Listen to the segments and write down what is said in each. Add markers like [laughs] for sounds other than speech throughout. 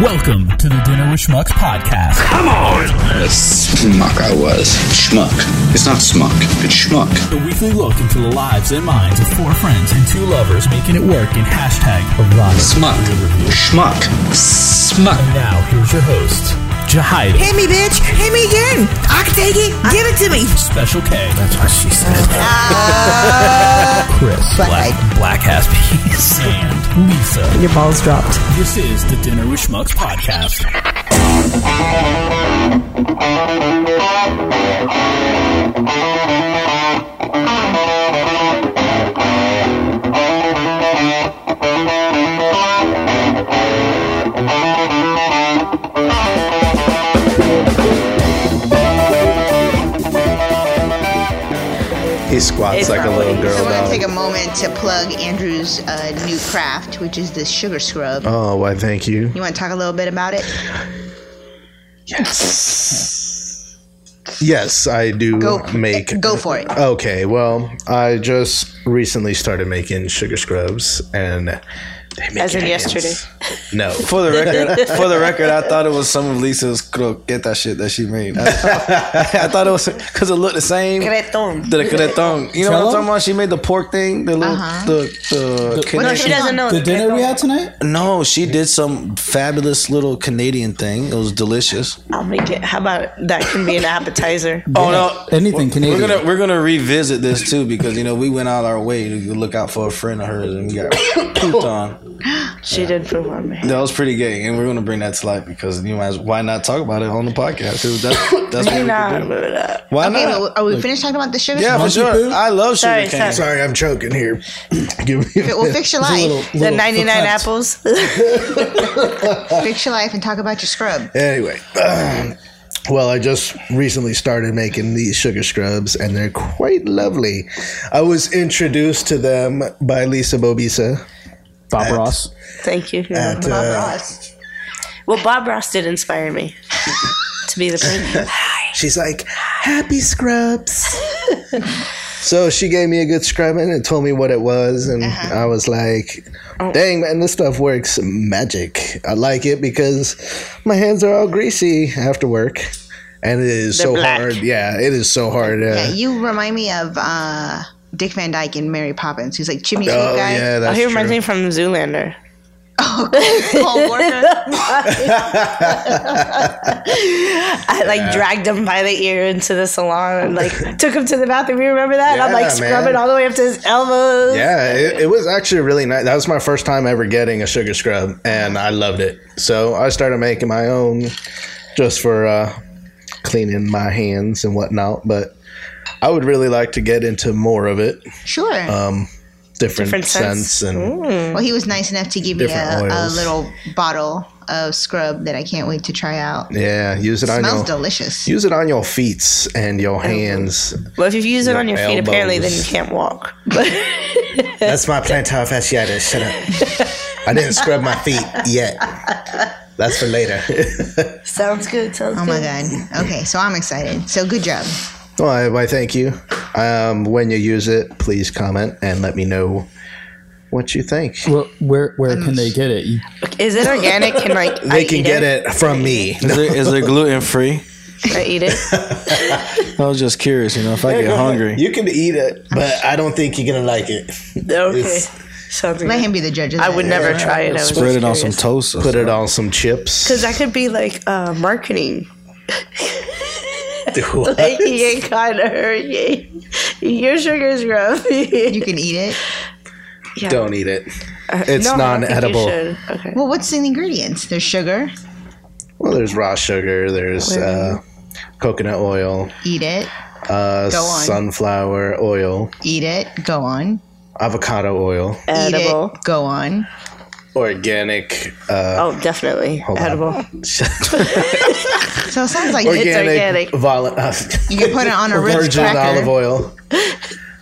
Welcome to the Dinner with Schmucks podcast. Come on! Schmuck I was. Schmuck. It's not smuck. It's schmuck. The weekly look into the lives and minds of four friends and two lovers making it work in hashtag erotic. Smuck. Schmuck. Smuck. And now, here's your host, Jahida, Hit me, bitch. Hit me again. I can take it. Give it to me. Special K. That's what she said. [laughs] Chris, Ah. Black Black, Eyed. Black Ass Peas, and Lisa. Your balls dropped. This is the Dinner with Schmucks podcast. He squats It's like a little probably- girl I want to dog. take a moment to plug Andrew's uh, new craft, which is the sugar scrub. Oh, why thank you. You want to talk a little bit about it? Yes. Yes, I do Go make. Go for it. Okay, well, I just recently started making sugar scrubs and. They make As in your yesterday. hands- No. [laughs] For the record, for the record, I thought it was some of Lisa's croqueta shit that she made. I, I thought it was because it looked the same. Creton. The creton. You know what I'm talking about? She made the pork thing, the little, the, the No, she Canadian. doesn't know. The dinner we had tonight? No, she did some fabulous little Canadian thing. It was delicious. [laughs] I'll make it. How about that can be an appetizer? [laughs] Oh no, Anything Canadian. We're gonna we're gonna revisit this too because you know we went out our way to look out for a friend of hers and we got [coughs] pooped on. She did poop on me. That was pretty gay, and we're gonna bring that to light because you might as- why not talk about it on the podcast? 'Cause That's, that's what we Nah, could do. remember that. Why Okay, not? but are we finished talking about the sugar Yeah, scrub? Monkey for sure. poo? I love sugar Sorry, cane. sorry. Sorry, I'm choking here. [coughs] Give me. It will fix [laughs] your life. The 99 apples. [laughs] Fix your life and talk about your scrub. Anyway, [clears throat] well, I just recently started making these sugar scrubs, and they're quite lovely. I was introduced to them by Lisa Bobisa. Bob Ross. Thank you. At, Bob uh, Ross. well, Bob Ross did inspire me to be the person. she's like, [laughs] "Happy scrubs." [laughs] so she gave me a good scrubbing and told me what it was, and Uh-huh. I was like, Oh. "Dang man, this stuff works magic." I like it because my hands are all greasy after work, and it is They're so black. hard. Yeah, it is so hard. Uh, Yeah, you remind me of uh, Dick Van Dyke and Mary Poppins. He's like chimney sweep Oh guy. yeah, Oh, that's he true. reminds me from Zoolander. [laughs] Paul Walker. I like dragged him by the ear into the salon and [laughs] like took him to the bathroom. You remember that? And I'm Yeah, like scrubbing man. all the way up to his elbows. Yeah, it, it was actually really nice. That was my first time ever getting a sugar scrub, and I loved it. So I started making my own just for uh, cleaning my hands and whatnot. But I would really like to get into more of it, Um, Sure. Uh, different, Different scents. scents, and Well, he was nice enough to give me a, Different a oils. little bottle of scrub that I can't wait to try out. yeah, use it on smells your delicious. use it on your feet and your hands. Well, if you use it on your feet, apparently, then you elbows. can't walk. That's my plantar fasciitis. Shut up. [laughs] I didn't scrub my feet yet. That's for later. [laughs] sounds good. Sounds Oh good. my god. Okay, so I'm excited. So good job. Well, why, thank you. Um, when you use it, please comment and let me know what you think. Where, where, where can they get it? You- Is it organic? Can like I They can eat get it from me. Is it, is it [laughs] gluten free? I eat it. I was just curious, you know, if I get hungry. [laughs] You can eat it, but I don't think you're gonna like it. Okay. It's- Sounds Let good. him be the judge of I that. would never try it. I was Spread it on some toast. Put it on some [laughs] chips. Because that could be like uh, marketing. What? [laughs] Like, you ain't kind of hurt. You ain't- Your sugar's rough. You can eat it. Yeah. don't eat it. It's Uh, No, I don't think you non-edible. should. Okay. Well, what's in the ingredients? There's sugar. Well, there's raw sugar. There's uh, coconut oil, Eat [laughs] it. uh, Go on. sunflower oil, Eat it. Go on. avocado oil, edible. Eat it. Go on. organic. Uh, Oh, definitely on. edible. So it sounds like organic, [laughs] organic. vol- you can put it on a Ritz virgin cracker. olive oil.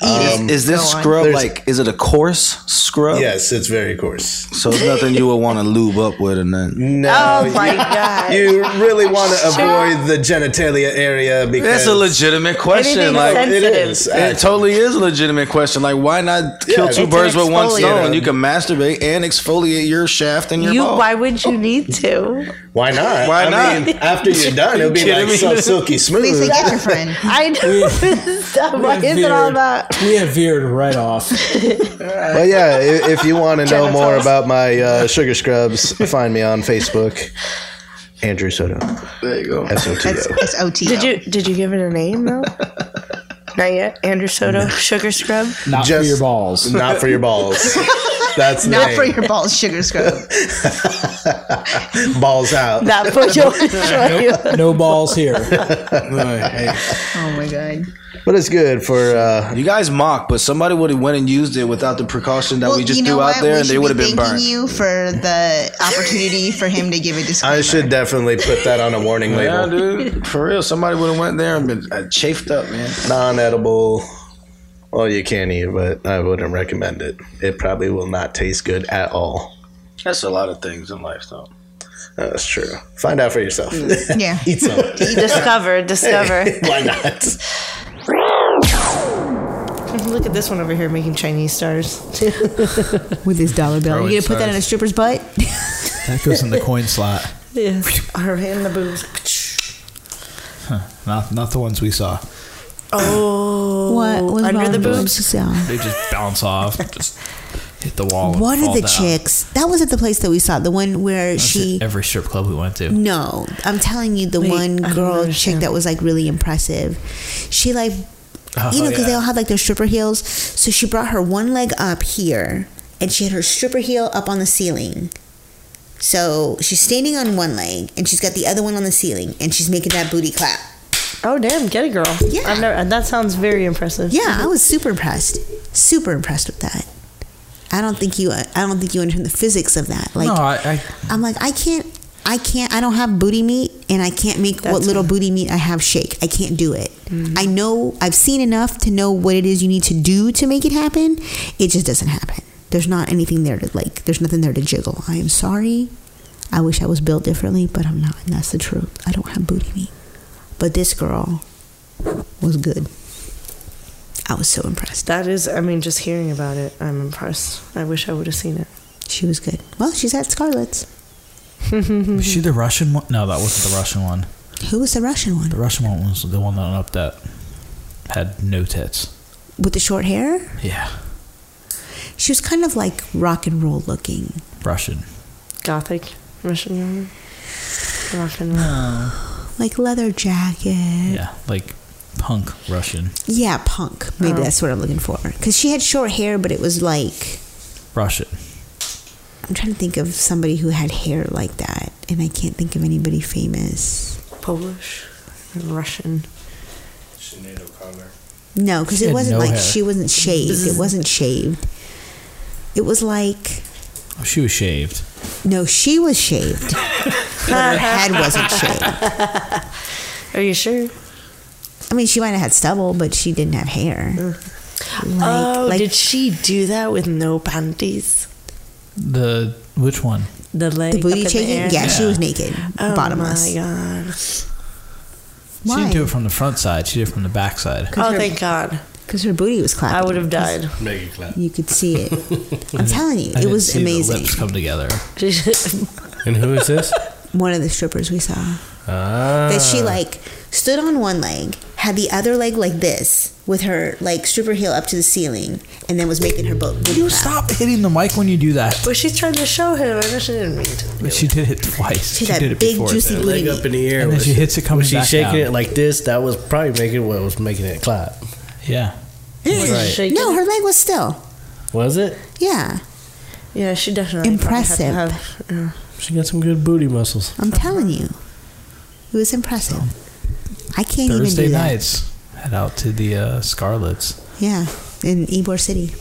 Um, Eat it. Is this Go on. scrub There's- like? Is it a coarse scrub? Yes, it's very coarse. So it's nothing you would want to lube up with or nothing. No, Oh my you- god. you really want to avoid the genitalia area because That's a legitimate question. Anything Like sensitive. It is. it totally is a legitimate question. Like why not Yeah, kill two it's birds an with one exfoliant. stone? You can masturbate and exfoliate your shaft and your You ball. why would you need to? Why not? Why I not? mean, after [laughs] you're done, it'll be kidding like me? so silky They say smooth. get your friend. [laughs] I know [laughs] this stuff. What is it all about? We have veered right [laughs] off. But yeah, i- if you want to know more Genitals. about my uh, sugar scrubs, find me on [laughs] Facebook. Andrew Soto. There you go. S O T That's O. it's OT. Did you did you give it a name though? Not yet. Andrew Soto, Sugar Scrub. Not Just- for your balls. Not for your [laughs] balls. That's the Not name. for your balls, sugar scrub. [laughs] balls out. Not Uh, for your Soto. No [laughs] balls here. Hey, Oh my god. But it's good for uh, you guys mock, but somebody would have went and used it without the precaution that we just threw out there, We and should they be would have been thanking burned. you for the opportunity for him to give a disclaimer. I should definitely put that on a warning Yeah, label. dude, for real. Somebody would have went there and been uh, chafed up, man. Non-edible. Well, you can eat, it, but I wouldn't recommend it. It probably will not taste good at all. That's a lot of things in life, though. That's true. Find out for yourself. Yeah. Eat [laughs] some. [laughs] discover, discover. [laughs] Why not? [laughs] Look at this one over here making Chinese stars. [laughs] with his dollar bill. You gonna put that in a stripper's [laughs] butt? That goes in the coin slot. Yes. Her hand the boobs. [laughs] Not not the ones we saw. Oh. what was under wrong the with boobs? Boobs? Yeah. They just bounce [laughs] off, just hit the wall. and What fall are the down. chicks? That was at the place that we saw. The one where That's at she. Mm-hmm. Every strip club we went to. No, I'm telling you, the Wait, one I don't girl chick understand. that was like really impressive. She like, Oh, you know, because they yeah. all had like their stripper heels. So she brought her one leg up here, and she had her stripper heel up on the ceiling. So she's standing on one leg, and she's got the other one on the ceiling, and she's making that booty clap. Oh damn, get it, girl. Yeah. I've never, that sounds very impressive. Yeah, I was super impressed. Super impressed with that. I don't think you. I don't think you understand the physics of that. Like, no, I, I I'm like, I can't, I can't, I don't have booty meat, and I can't make what That's little booty meat I have shake. I can't do it. I know, I've seen enough to know what it is you need to do to make it happen. It just doesn't happen. There's not anything there to like. There's nothing there to jiggle. I am sorry. I wish I was built differently, but I'm not, and that's the truth. I don't have booty meat. But this girl was good. I was so impressed. That is, I mean, just hearing about it, I'm impressed. I wish I would have seen it. She was good. Well, she's at [laughs] Scarlett's. was she the Russian one? No, that wasn't the Russian one. Who was the Russian one The Russian one was the one that went up that had no tits. with the short hair? Yeah, She was kind of like rock and roll looking. Russian. Gothic Russian woman. Rock and roll. [sighs] like leather jacket. Yeah, like punk Russian, Yeah, punk. Maybe Oh. that's what I'm looking for. Because she had short hair, but it was like Russian. I'm trying to think of somebody who had hair like that, and I can't think of anybody famous. Polish. Russian. No, because She it had no wasn't like hair. she wasn't shaved. It wasn't shaved. It was like Oh, she was shaved. no, she was [laughs] shaved, but her head wasn't shaved. Are you sure? I mean, she might have had stubble, but she didn't have hair. Like, oh, like did she do that with no panties? The which one? The leg, the booty up in shaking? air? Yeah, she was naked, Oh bottomless. my god! She Why? didn't do it from the front side. She did it from the back side. Oh, thank God! Because her booty was clapping. I would have died. You could see [laughs] it. I'm telling you, I it didn't was see the amazing. lips come together. And who is this? [laughs] One of the strippers we saw Ah. [laughs] that Uh. she like stood on one leg, had the other leg like this, with her like stripper heel up to the ceiling, and then was making her boat. You stop hitting the mic when you do that. [laughs] but she's trying to show him. I know she didn't mean to. But she did it twice. To she that did it big before. juicy too. booty. Leg up in the air. And then was she it- hits it coming was Ah. she back shaking down. it like this? That was probably making what was making it [laughs] clap. Yeah. Shaking. No, her leg was still. Was it? Yeah, Yeah, she definitely probably had to Impressive. have- yeah. She got some good booty muscles. I'm telling you, it was impressive. I can't Thursday even do nights. Head out to the uh, Scarlets. that. Yeah, in Ybor City,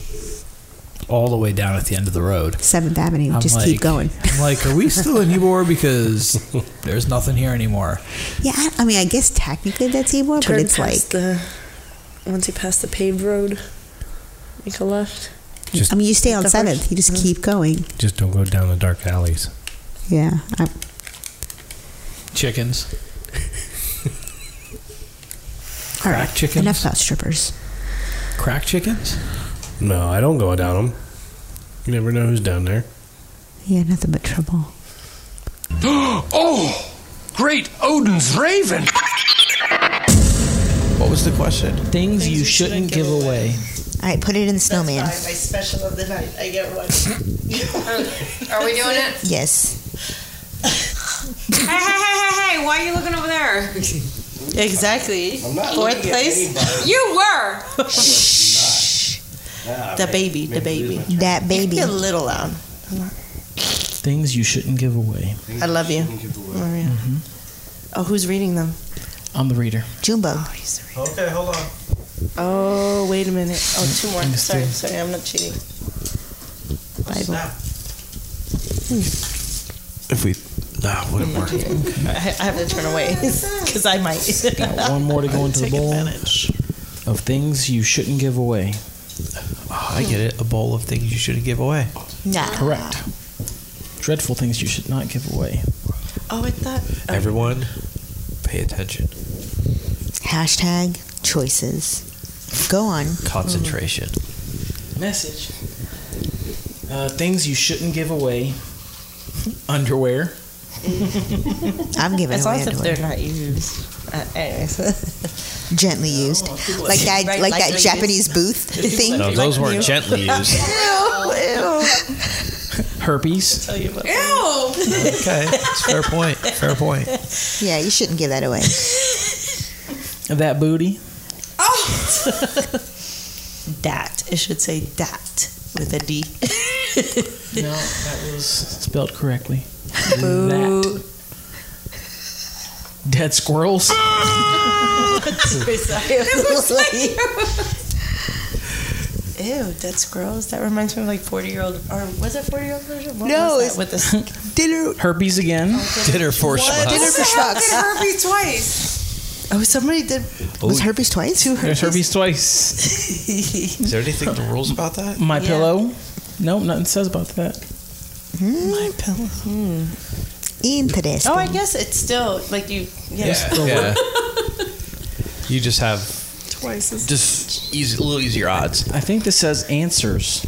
All the way down at the end of the road. Seventh Avenue. I'm Just like, keep going. I'm like, are we still in Ybor? Because there's nothing here anymore. Yeah, I, I mean, I guess technically that's Ybor, but Turn it's like past the once you pass the paved road. Make a left. Just I mean, you stay on the seventh. first- You Mm-hmm. just keep going. just don't go down the dark alleys. Yeah. I, Chickens. all Crack right. chickens? Enough about strippers. Crack chickens? No, I don't go down them. You never know who's down there. Yeah, nothing but trouble. Oh, great Odin's raven! What was the question? Things, you shouldn't give away. All right, put it in the snowman. my special of the night. I get [laughs] one. Are we [laughs] doing it? Yes. Hey, hey, hey, hey, hey! Why are you looking over there? Exactly. Fourth place. You were. The baby. The baby. That baby. Be a little loud. Things you shouldn't give away. I love you, Maria. Oh, who's reading them? Mm-hmm. I'm the reader. Junebug. Oh, Okay, hold on. Oh, wait a minute. Oh, two more. Sorry, sorry. I'm not cheating. Bible. Hmm. If we, nah, wouldn't work. I, I have to turn away [laughs] because I might. Got one more to [laughs] go into the Take bowl advantage. of things you shouldn't give away. Ah, Oh, I get it. A bowl of things you shouldn't give away. Nah. Correct. Dreadful things you should not give away. Oh, I [laughs] thought. Everyone, pay attention. Hashtag choices. Go on. Concentration. Message. Uh, things you shouldn't give [laughs] away. Underwear. I'm giving As long away as if underwear. they're not used. Uh, anyways. [laughs] Gently used, Oh, like that, Right, like that lightly Japanese booth thing. No, those weren't [laughs] gently used. [laughs] Herpes. Tell you about Ew. okay, it's fair point. Fair point. Yeah, you shouldn't give that away. That booty. Oh! [laughs] that. It should say that with a D. [laughs] No, that was spelled correctly. Boo. That. Dead squirrels. [laughs] Ew, dead squirrels. That reminds me of like 40 year old, or was it 40 year old version? What No, was it's- that with the Oh, Dinner, Herpes again. Dinner for schmucks. dinner for schmucks. herpes twice. Oh, somebody did Was herpes twice? Two Oh. There's herpes twice. [laughs] Is there anything in the rules about that? My Yeah. pillow. No, nothing says about that. Hmm. my pillow. Interesting. Oh, I guess it's still like you. Yeah, yeah. you just have twice as. just easy, a little easier odds. I think this says answers.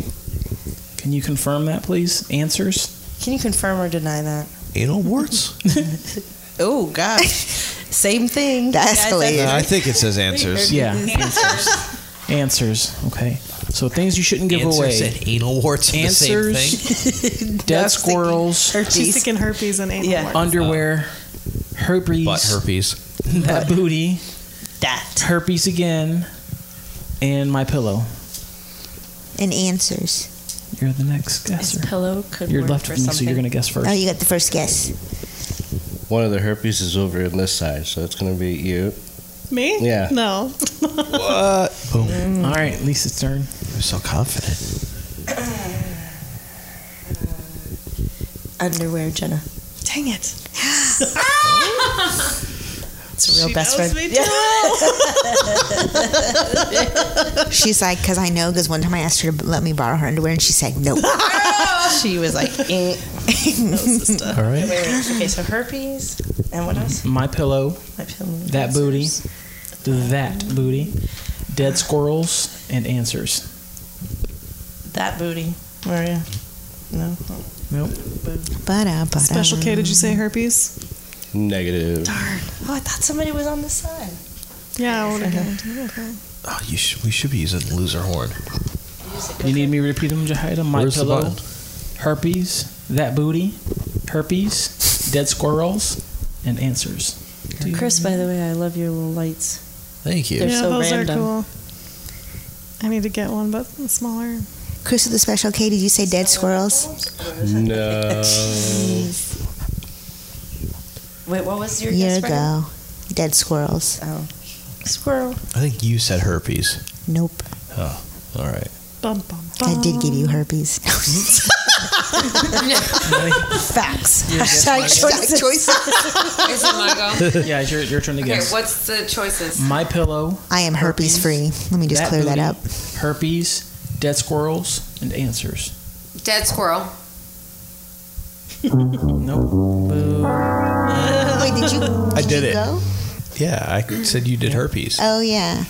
Can you confirm that, please? Answers. Can you confirm or deny that? Anal warts? [laughs] Oh gosh, [laughs] same thing. That escalated. I think it says [laughs] answers. Yeah. answers. Answers. Okay. So things you shouldn't give away. Answers and anal warts are the same Answers. [laughs] thing. Dead squirrels. [laughs] Herpes. thinking herpes and anal Yeah. Underwear. Herpes. Butt herpes. That booty. That. Herpes again. And my pillow. And answers. You're the next This guesser. pillow could You're work left for with me, so something. you're gonna guess first. Oh, you got the first guess. One of the herpes is over on this side, so it's gonna be you. Me? Yeah. No. What? Boom. All right, Lisa's turn. I'm so confident. Underwear, Jenna. Dang [laughs] it. [gasps] It's a real She best knows friend. me [laughs] Yeah. [laughs] She's like, because I know, because one time I asked her to let me borrow her underwear, and she said no. [laughs] She was like, eh. no, sister. All right. Wait, wait, okay, so herpes and what else? My pillow. My pillow. That booty. That booty. Dead squirrels and answers. That booty. Maria. No. Nope. But uh, but Special K, did you say herpes? Negative. Oh, I thought somebody was on the side. Yeah, I [laughs] want to Oh, you should, we should be using loser horn. You need me to repeat them, Jahida? My Where's the pillow. button? Herpes. That booty. Herpes. Dead squirrels and answers. Chris, by the way, I love your little lights. Thank you. They're Yeah, so those random. are [laughs] cool. I need to get one, but smaller. Chris with the special K, did you say dead squirrels? No. Wait, what was your Year guess? Brandon? ago, dead squirrels. Oh, squirrel. I think you said herpes. Oh, Nope, All right. Bum, bum, I bum. did give you herpes. [laughs] [laughs] Facts. Hashtag choices. [laughs] Is it my go? [laughs] Yeah, it's your, your turn to Okay, guess. what's the choices? Mm. My pillow. I am herpes free. Let me just That clear that booty, up. Herpes. dead squirrels [laughs] and answers. Dead squirrel. Wait, did you? I did you it. Go? Yeah, I said you did herpes. Oh yeah,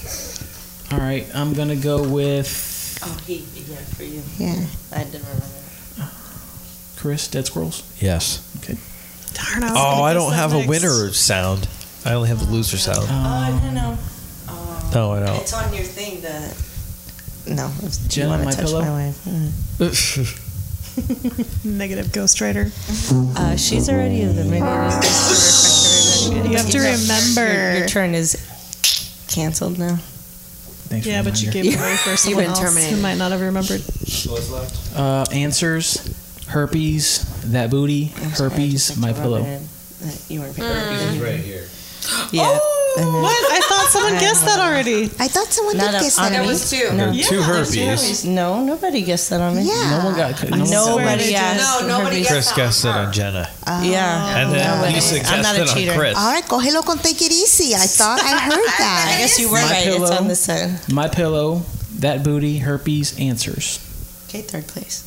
All right, I'm gonna go with Oh, he, yeah, for you. Yeah. I didn't remember. Chris. Dead squirrels. Yes. Okay. Darn, Oh, I don't have a winner sound. I only have the loser Oh. sound. Oh, I don't know. no, I don't. It's on your thing, the. No, it's Jen on my pillow. [laughs] [laughs] Negative ghostwriter. Uh, she's already in the maybe You have to remember. Your, your turn is canceled now. Thanks yeah, for the but you reminder. gave it away [laughs] for someone else who might not have remembered. Uh, answers, herpes, that booty, herpes, my pillow. uh, You weren't right here. Yeah. What? I thought someone I guessed that already. I thought someone Not did on- guess on that. me? No. No. two there's herpes. No, nobody guessed that on me. Yeah. No one got. No Nobody asked. No, nobody gets Chris that. guessed it on Jenna. Yeah. And No then way. he I'm not a suggested on cheater. Chris. Oh. All right, cogelo con take it easy. I thought I heard that. [laughs] I guess you were My right. It's pillow. on this side. My pillow, that booty, herpes, answers. Okay, third place.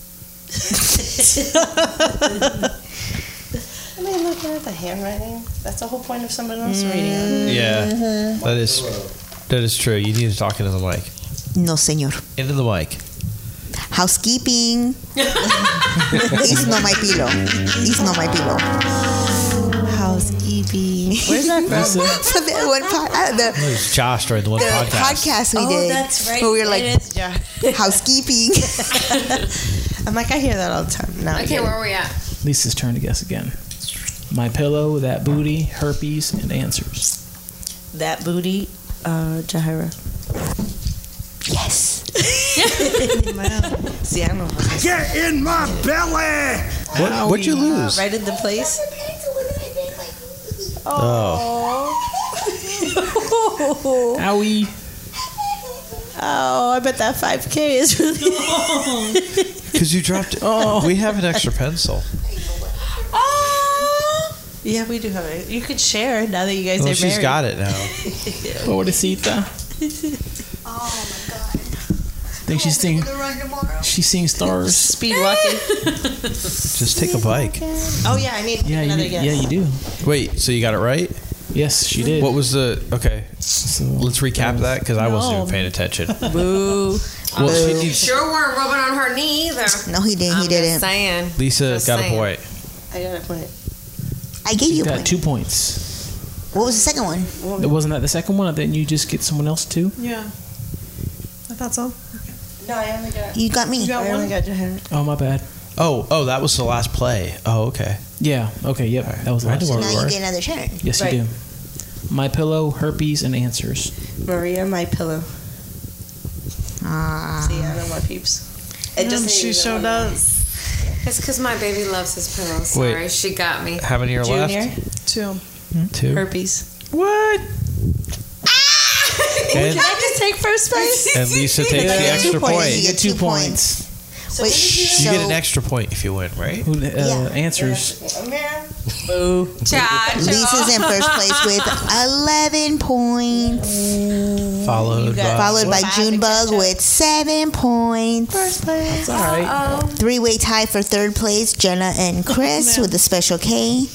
I mean, looking at the handwriting, that's the whole point of someone else reading it. Yeah, Mm-hmm. that is that is true. You need to talk into the mic. No, señor. Into the mic. [laughs] Housekeeping. it's not my pillow. It's not my pillow. How's EB? [laughs] Where's that from? For E the one pod, uh, the, It was Josh during the one the podcast. podcast we Oh, did. that's right. Where we were It like E is, yeah. [laughs] [laughs] housekeeping. I'm like, I hear that all the time. Now I Okay, get it. where are we at? Lisa's turn to guess again. My pillow, that booty, herpes, and answers. that booty, uh, Jahira. [laughs] yes. See, I don't know. Get in my belly! What, what'd you lose? Uh, Right in the place. Oh. Owie. Oh, I bet that 5K is really. Because you dropped it. [laughs] Oh, we have an extra [laughs] pencil. [laughs] Oh. Yeah, we do have it. You could share now that you guys Well, are she's married. got it now. [laughs] Pobrecita. Think she's seeing. She's seeing stars. Speed walking. Just take a bike. Oh yeah, I need Yeah, you, another guess. yeah, you do. Wait, so you got it right? Yes, she did. What was the okay? Let's recap that because I wasn't No. even paying attention. [laughs] Boo. Well, she You needs- sure weren't rubbing on her knee either. No, he didn't. I'm he just didn't. saying. Lisa Just got saying. a point. I got a point. I gave She you a got point. two points. What was the second one? Wasn't that the second one? Didn't you just get someone else too? Yeah. I thought so. No, I only got. You got You me. got I only one? got Jahira. Oh my bad. Oh, oh, that was the last play. Oh, okay. Yeah. Okay. Yep. That was the I last. know one. where Now we were. you get another turn. Yes, Right. you do. My pillow, herpes, and answers. Maria, my pillow. Ah. See, I know my peeps. Um, [laughs] she showed us It's because my baby loves his pillow. Sorry, Wait. she got me. How many are Junior, left? too. Two. herpes. What? And, I just take first place? and Lisa takes the Yeah. extra Two points. point. You You get two Wait, so get an extra point if you win, right? Who uh, Yeah. answers? Yeah. Cha cha. Lisa's in first place with [laughs] 11 points. Followed by. Followed by Junebug with 7 points. First place. All right. Three way tie for third place, Jenna [laughs] and Chris with a special K.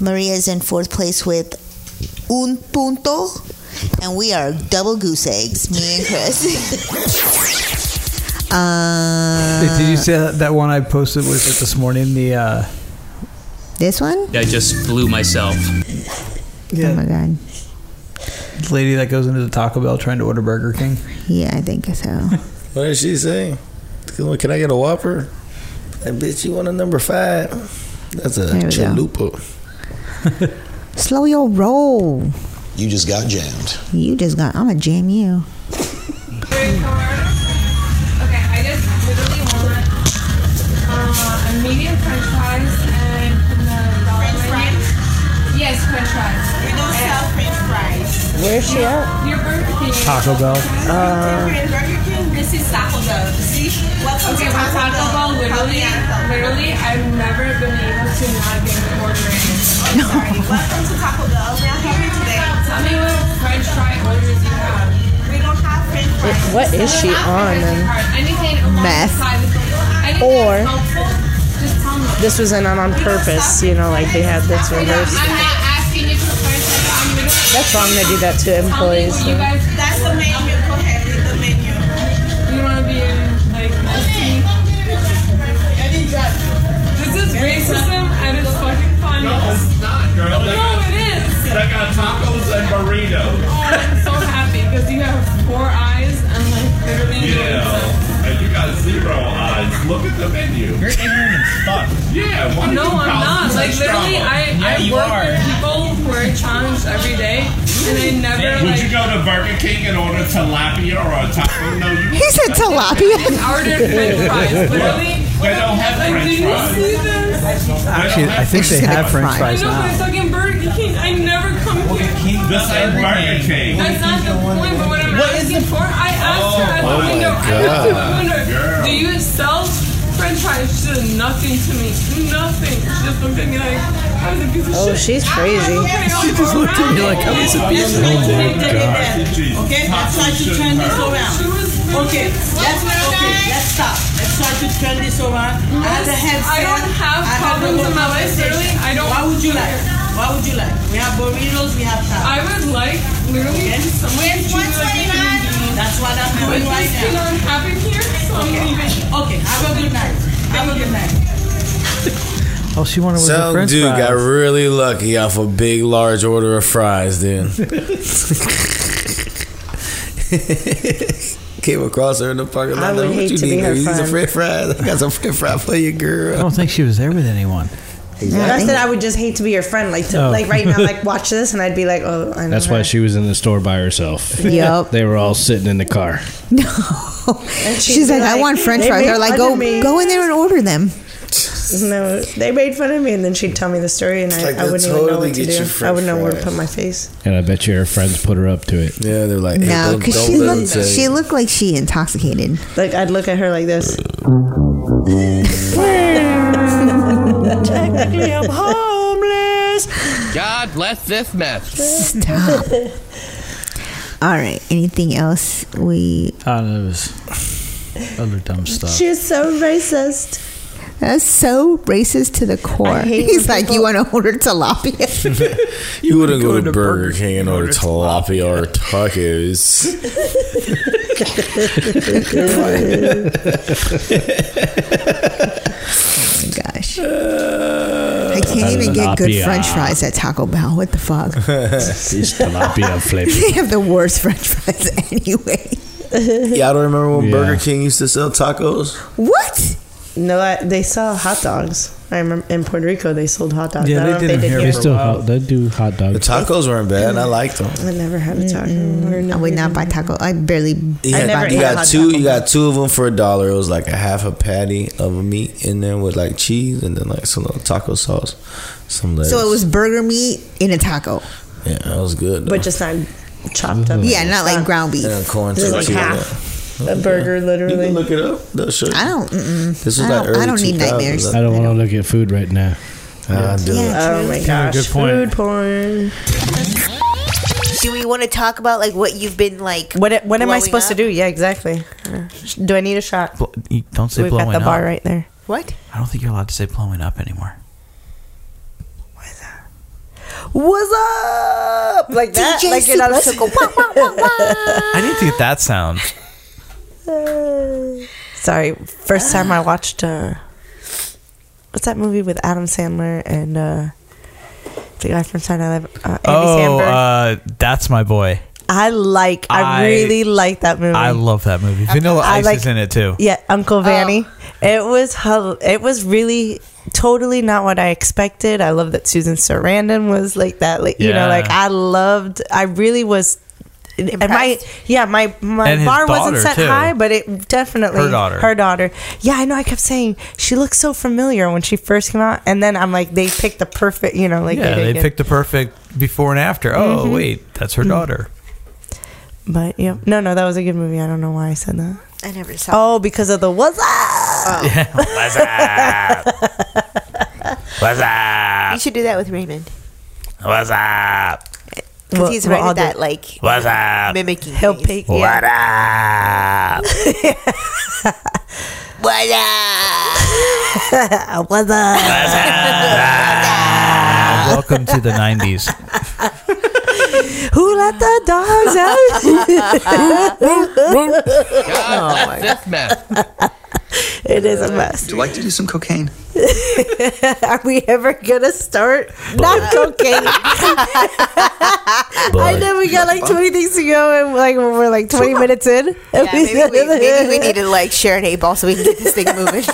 Maria's in fourth place with un punto. And we are double goose eggs, me and Chris. uh, Did you see that, that one I posted was it this morning? The uh, this one? I just blew myself. Oh my god. lady that goes into the Taco Bell trying to order Burger King. Yeah, I [laughs] think so. What did she say? Can can I get a Whopper? That bitch, you want a number five? That's a There we go. chalupa. Slow your roll. You just got jammed. You just got, I'm gonna jam you. Okay, I just literally want uh, a medium french fries and the dollar menu. Yes, french fries. We don't sell french fries. Where's she at? Your Burger King. Taco Bell. Burger King. This is Taco Bell. See? Welcome okay, to Taco, Bell. Literally, literally, I've never been able to not get an order in. I'm sorry. Welcome to Taco Bell. We are here today. Tell me what french fry orders you have. We don't have french fries. what is she on? Then? Anything Meth. Or- Or just tell me. This was an on purpose, you know, like they had this I'm not reversed. asking you to first. I'm literally That's wrong to do that to tell me employees. what you guys. That's the menu. Go ahead, read the menu. You want to be in like messy. This is racism and it's fucking funny. No, it's not, girl. No, it is. They got tacos and burritos. Oh, I'm so happy because you have four eyes and like literally. Yeah, and you got zero eyes. Look at the menu. You're ignorant as fuck. Yeah, why do No, you I'm cause not. so Like much literally, drama? I I work with people who are challenged every day, and I never Would like. you go to Burger King and order tilapia or a taco? No, you. He said tilapia. ordered French fries. Literally, They don't have French like, did you fries. see this? Actually, I think they have French I fries know, but now. it's like in Burger King. I never come here. This ain't Burger King. That's not the point, but what I'm asking for, I asked her at Oh, the my window, I asked her at the God. window, Girl. do you sell french fries? She said nothing to me. Nothing. She just looked at me like, I was a piece of shit. Oh, she's crazy. She just looked at me like I was a piece of shit. Oh, Okay, let's try to turn this around. Okay, let's, okay, let's stop. Let's try to turn this around. I have a headset. I don't have I a problems in my whole life, conversation. literally. I don't What would you like? What would you like? We have burritos, we have tacos. I would like literally someone to treat me like a human being. That's what I'm But doing right this thing now. I'm having here, so I'm leaving. Okay, have a good night. Have a good night. Oh, she wanted was the Some French dude fries. got really lucky off a big, large order of [laughs] fries. Then came across her in the parking lot. I would like, hate what you to be need? her girl? You need some friend." French fries. I got some French fries for you, [laughs] I girl. don't think she was there with anyone. I That's said that I would just hate to be your friend, like to, Oh. like right now, [laughs] like watch this, and I'd be like, oh, I know. That's why she was in the store by herself. Yep. they were all sitting in the car. She's like, I want French fries. They're like, go go in there and order them. [laughs] No, they made fun of me, and then she'd tell me the story, and I, like I they'll wouldn't even know totally what to get you do. I french wouldn't know where to fries. put my face. And I bet your friends put her up to it. Yeah, they're like, No, because she looked she looked like she intoxicated. Like I'd look at her like this. Technically, I'm homeless. God bless this mess. Stop. All right. Anything else? We. I don't know, it was other dumb stuff. She's so racist. That's so racist to the core. hate He's like, you want to order tilapia? Oh You wouldn't go, to Burger, King and order tilapia or tacos. [laughs] oh my gosh. I can't even get good Tilapia. French fries at Taco Bell. What the fuck? These tilapia [laughs] flavors. they have the worst French fries anyway. [laughs] yeah, I don't remember when Yeah. Burger King used to sell tacos. What? No, I, they sell hot dogs. I remember in Puerto Rico they sold hot dogs. I don't know if they did They still hot, they do hot dogs. The tacos weren't bad. I liked them. I never had a taco. I would not buy taco. I barely. You, I had- never you ate a got hot two. taco. You got two of them for a dollar. It was like a half a patty of meat in there with like cheese and then like some little taco sauce, some lettuce. So it was burger meat in a taco. yeah, that was good. But just not chopped up. Yeah, not like ground beef. and corn This is tortilla. like Oh, A burger, literally. look it up. I don't. Mm-mm. This was I like don't, I early don't need 2000s. nightmares. I don't want to look at food right now. Ah, do it. oh my Yeah, gosh. good point. Food porn. Do we want to talk about like what you've been like? What, what am I blowing supposed to up? do? Yeah, exactly. Uh, Do I need a shot? You don't say We've got blowing the up. bar right there. What? I don't think you're allowed to say blowing up anymore. What's up? Like that? DJ like you're not Super a I need to get that sound. [laughs] Sorry, first time Ah. I watched uh what's that movie with Adam Sandler and uh the guy from Saturday Night Live, uh, [laughs] Andy oh, Samberg. uh, that's my boy. I like I, I- really like that movie. I love that movie. Vanilla I Ice like- is in it too. Yeah, Uncle Vanny. It was hel- it was really totally not what I expected. I love that Susan Sarandon was like that. Like you know, Yeah. like I loved. I really was. And my yeah, my And my his bar wasn't daughter, set too. high, but it definitely Her daughter. Her daughter. Yeah, I know. I kept saying she looks so familiar when she first came out, and then I'm like, they picked the perfect. You know, like yeah, did they good. picked the perfect before and after. Oh Mhm. wait, that's her daughter. But yeah, no, no, that was a good movie. I don't know why I said that. I never saw. Oh. Oh, because of the what's up? Yeah, what's up? What's You up? [laughs] should do that with Raymond. What's up? because Well- he's well, right I'll at do that it. like What's up? mimicking. He'll things. pick- What up? What up? What's Ah, Welcome to the '90s. Who let the dogs [laughs] out? God, that's It is a mess. Do you like to do some cocaine? [laughs] Are we ever gonna start? Not [laughs] cocaine. I know we got like 20 things to go, and like we're like 20 minutes in. Yeah, maybe, we, maybe we need to like share an eight ball so we can get this thing moving. [laughs]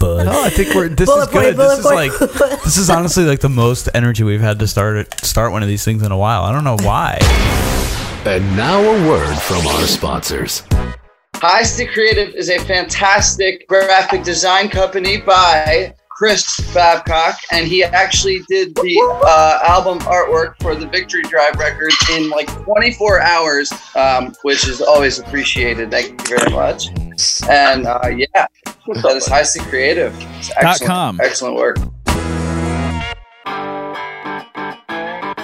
No, Oh, I think we're. This Bullet is point, good. bullet this is point. like. This is honestly like the most energy we've had to start it, start one of these things in a while. I don't know why. And now a word from our sponsors. High Stick Creative is a fantastic graphic design company by Chris Babcock, and he actually did the uh, album artwork for the Victory Drive record in like 24 hours, um, which is always appreciated. Thank you very much. And uh, yeah, that is High Stick Creative. It's excellent, com. excellent work.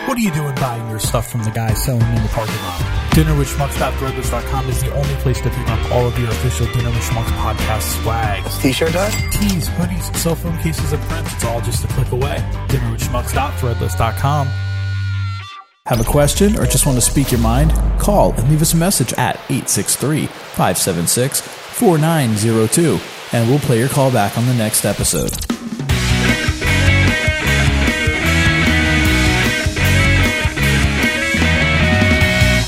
What are you doing buying your stuff from the guy selling in the parking lot? Dinner with Schmucks.threadless.com is the only place to pick up all of your official Dinner with Schmucks podcast swags. T-shirt dog? Tees, hoodies, cell phone cases, and prints. It's all just a click away. Dinner with Schmucks.threadless.com. Have a question or just want to speak your mind? Call and leave us a message at 863 576 4902 and we'll play your call back on the next episode.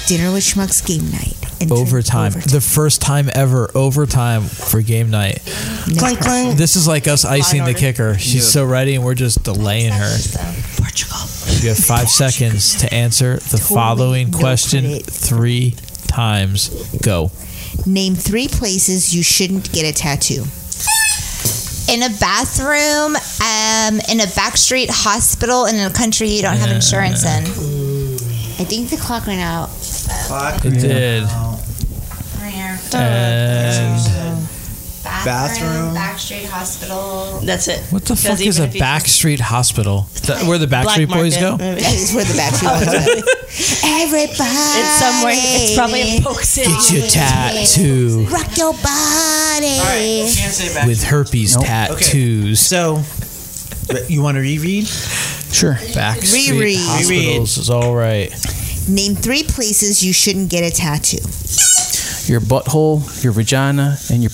Dinner with Schmucks game night. Overtime. The first time ever overtime for game night. Clank, clank. This is like us icing the kicker. She's Yeah. so ready and we're just delaying her. Portugal. You have five seconds to answer the following question three times. Go. Name three places you shouldn't get a tattoo. in a bathroom, um, in a backstreet hospital, in a country you don't have insurance in. I think the clock went out. It did. Uh, And Bathroom, backstreet hospital. That's it. What the fuck is a backstreet hospital? That- where the Backstreet Boys go? That is where the Backstreet Boys go. Everybody. It's somewhere- it's probably in Polk City. Get your tattoo. Rock your body. with herpes Nope. tattoos. So, you want to reread? Sure. Backstreet Reread. hospitals is all right. Name three places you shouldn't get a tattoo. Your butthole, your vagina, and your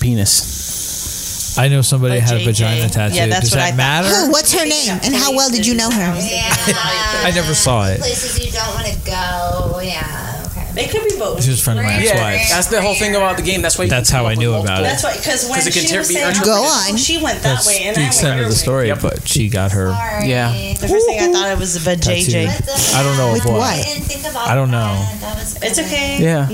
penis. I know somebody had a vagina tattoo. Yeah, that's Does what that I thought. matter? Who? What's her name? And how well did you know her? I never saw it. Places you don't want to go. Yeah. Okay. They could be both. She was a friend of my ex-wife. that's the whole thing about the game. That's why. You That's how I knew about That's it. why, because when 'Cause it she can tear- was be saying, urgent. "Oh, Go well, she went that That's way, and the I went extent of the story, but she got her. Yeah. The first thing I thought it was a Tattoo. JJ. I don't know of what. I don't know. It's okay. Yeah.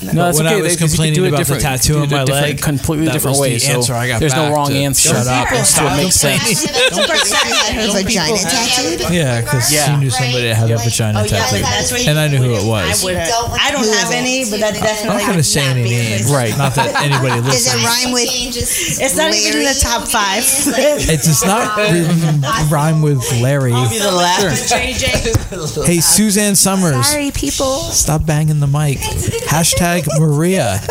But when I was they- 'cause you complaining can do it about the different- tattoo you can on do it my different- leg, completely that different was way. the so answer I got there's no back wrong to- answer. Shut up and stop making sense. Her vagina tattooed. Yeah, because she knew somebody that had a Oh, vagina tattoo, and I knew who it was. would have. I don't have any, but that I'm not definitely. gonna say any names, right? Not [laughs] that anybody Does it listens. rhyme with? It's not even in the top [laughs] five. It does [laughs] not r- rhyme with Larry. I'll be the last Sure. Hey, Suzanne Summers. Sorry, people. Stop banging the mic. Hashtag Maria.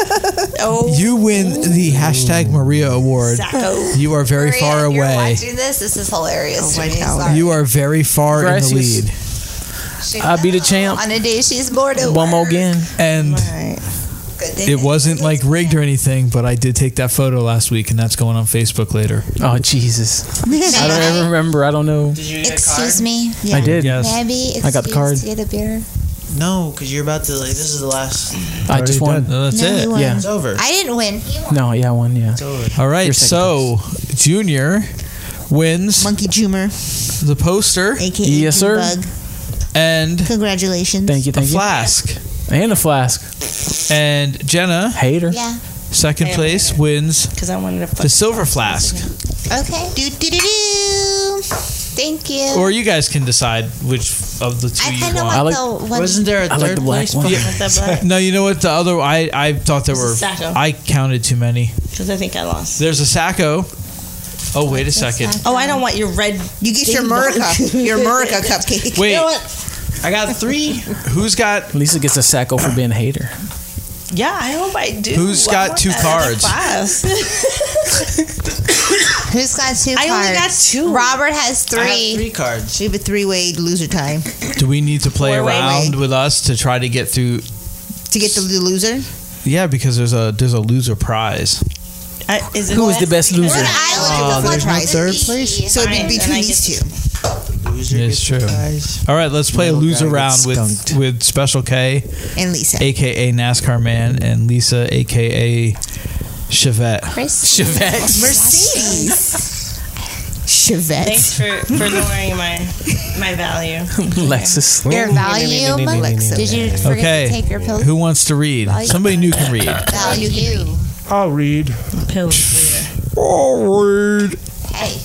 Oh. You win the hashtag Maria award. Sacco. You are very Maria, far You're away. watching this. This is Oh hilarious. to me. Sorry. You are very far Gracias. in the lead. I'll be the champ. On a day she's bored. at work. One more game. And it wasn't like rigged or anything, but I did take that photo last week, and that's going on Facebook later. Oh Jesus! I don't May ever remember. I don't know. Excuse me. I did. Maybe I got the card. excuse to get a beer. No, because you're about to. Like, this is the last. I just won. that's No, you it. won. Yeah. It's over. I didn't win. No, yeah, I won. Yeah. All right, You're second so Junior wins Monkey Jumer, the poster, aka Yes, sir. Bug. and Congratulations. Thank you. a Thank you. flask. And a flask. And Jenna, hater. Yeah. Second Yeah. place wins Because I wanted the silver flask. Okay. Do do do do. Thank you. Or you guys can decide which of the two I you kinda want. want I like- the one- Wasn't there a I like third the black place one. behind that black? [laughs] No, you know what? The other I I thought there It's a were. Sacco. I counted too many. Because I think I lost. There's a Sacco. Oh wait a second. Oh, I don't want your red. [laughs] You get your Murica, your Murica cupcake. Wait. You know what? I got three. Who's got? Lisa gets a sacco for being a hater. Yeah, I hope I do. Who's I got want two that cards? class. Who's got two I cards? only got two. Robert has three. three cards. We have a three-way loser tie Do we need to play Wait, wait, around with us to try to get through? to get the loser. Yeah, because there's a there's a loser prize. I, is it Who is the best loser? We're Oh, there's no third place. So it'd be Fine, then between I these two. It's true. All right, let's play a loser round with with Special K And Lisa. aka NASCAR Man, and Lisa, aka Chevette. Chevette. Mercedes. Chevette. Thanks for, for lowering my my value. Lexus. Your value, Lexus. Did you forget to take your pills? Who wants to read? Value. Somebody new can [laughs] read. Value. I'll read. Pills. I'll read. Hey.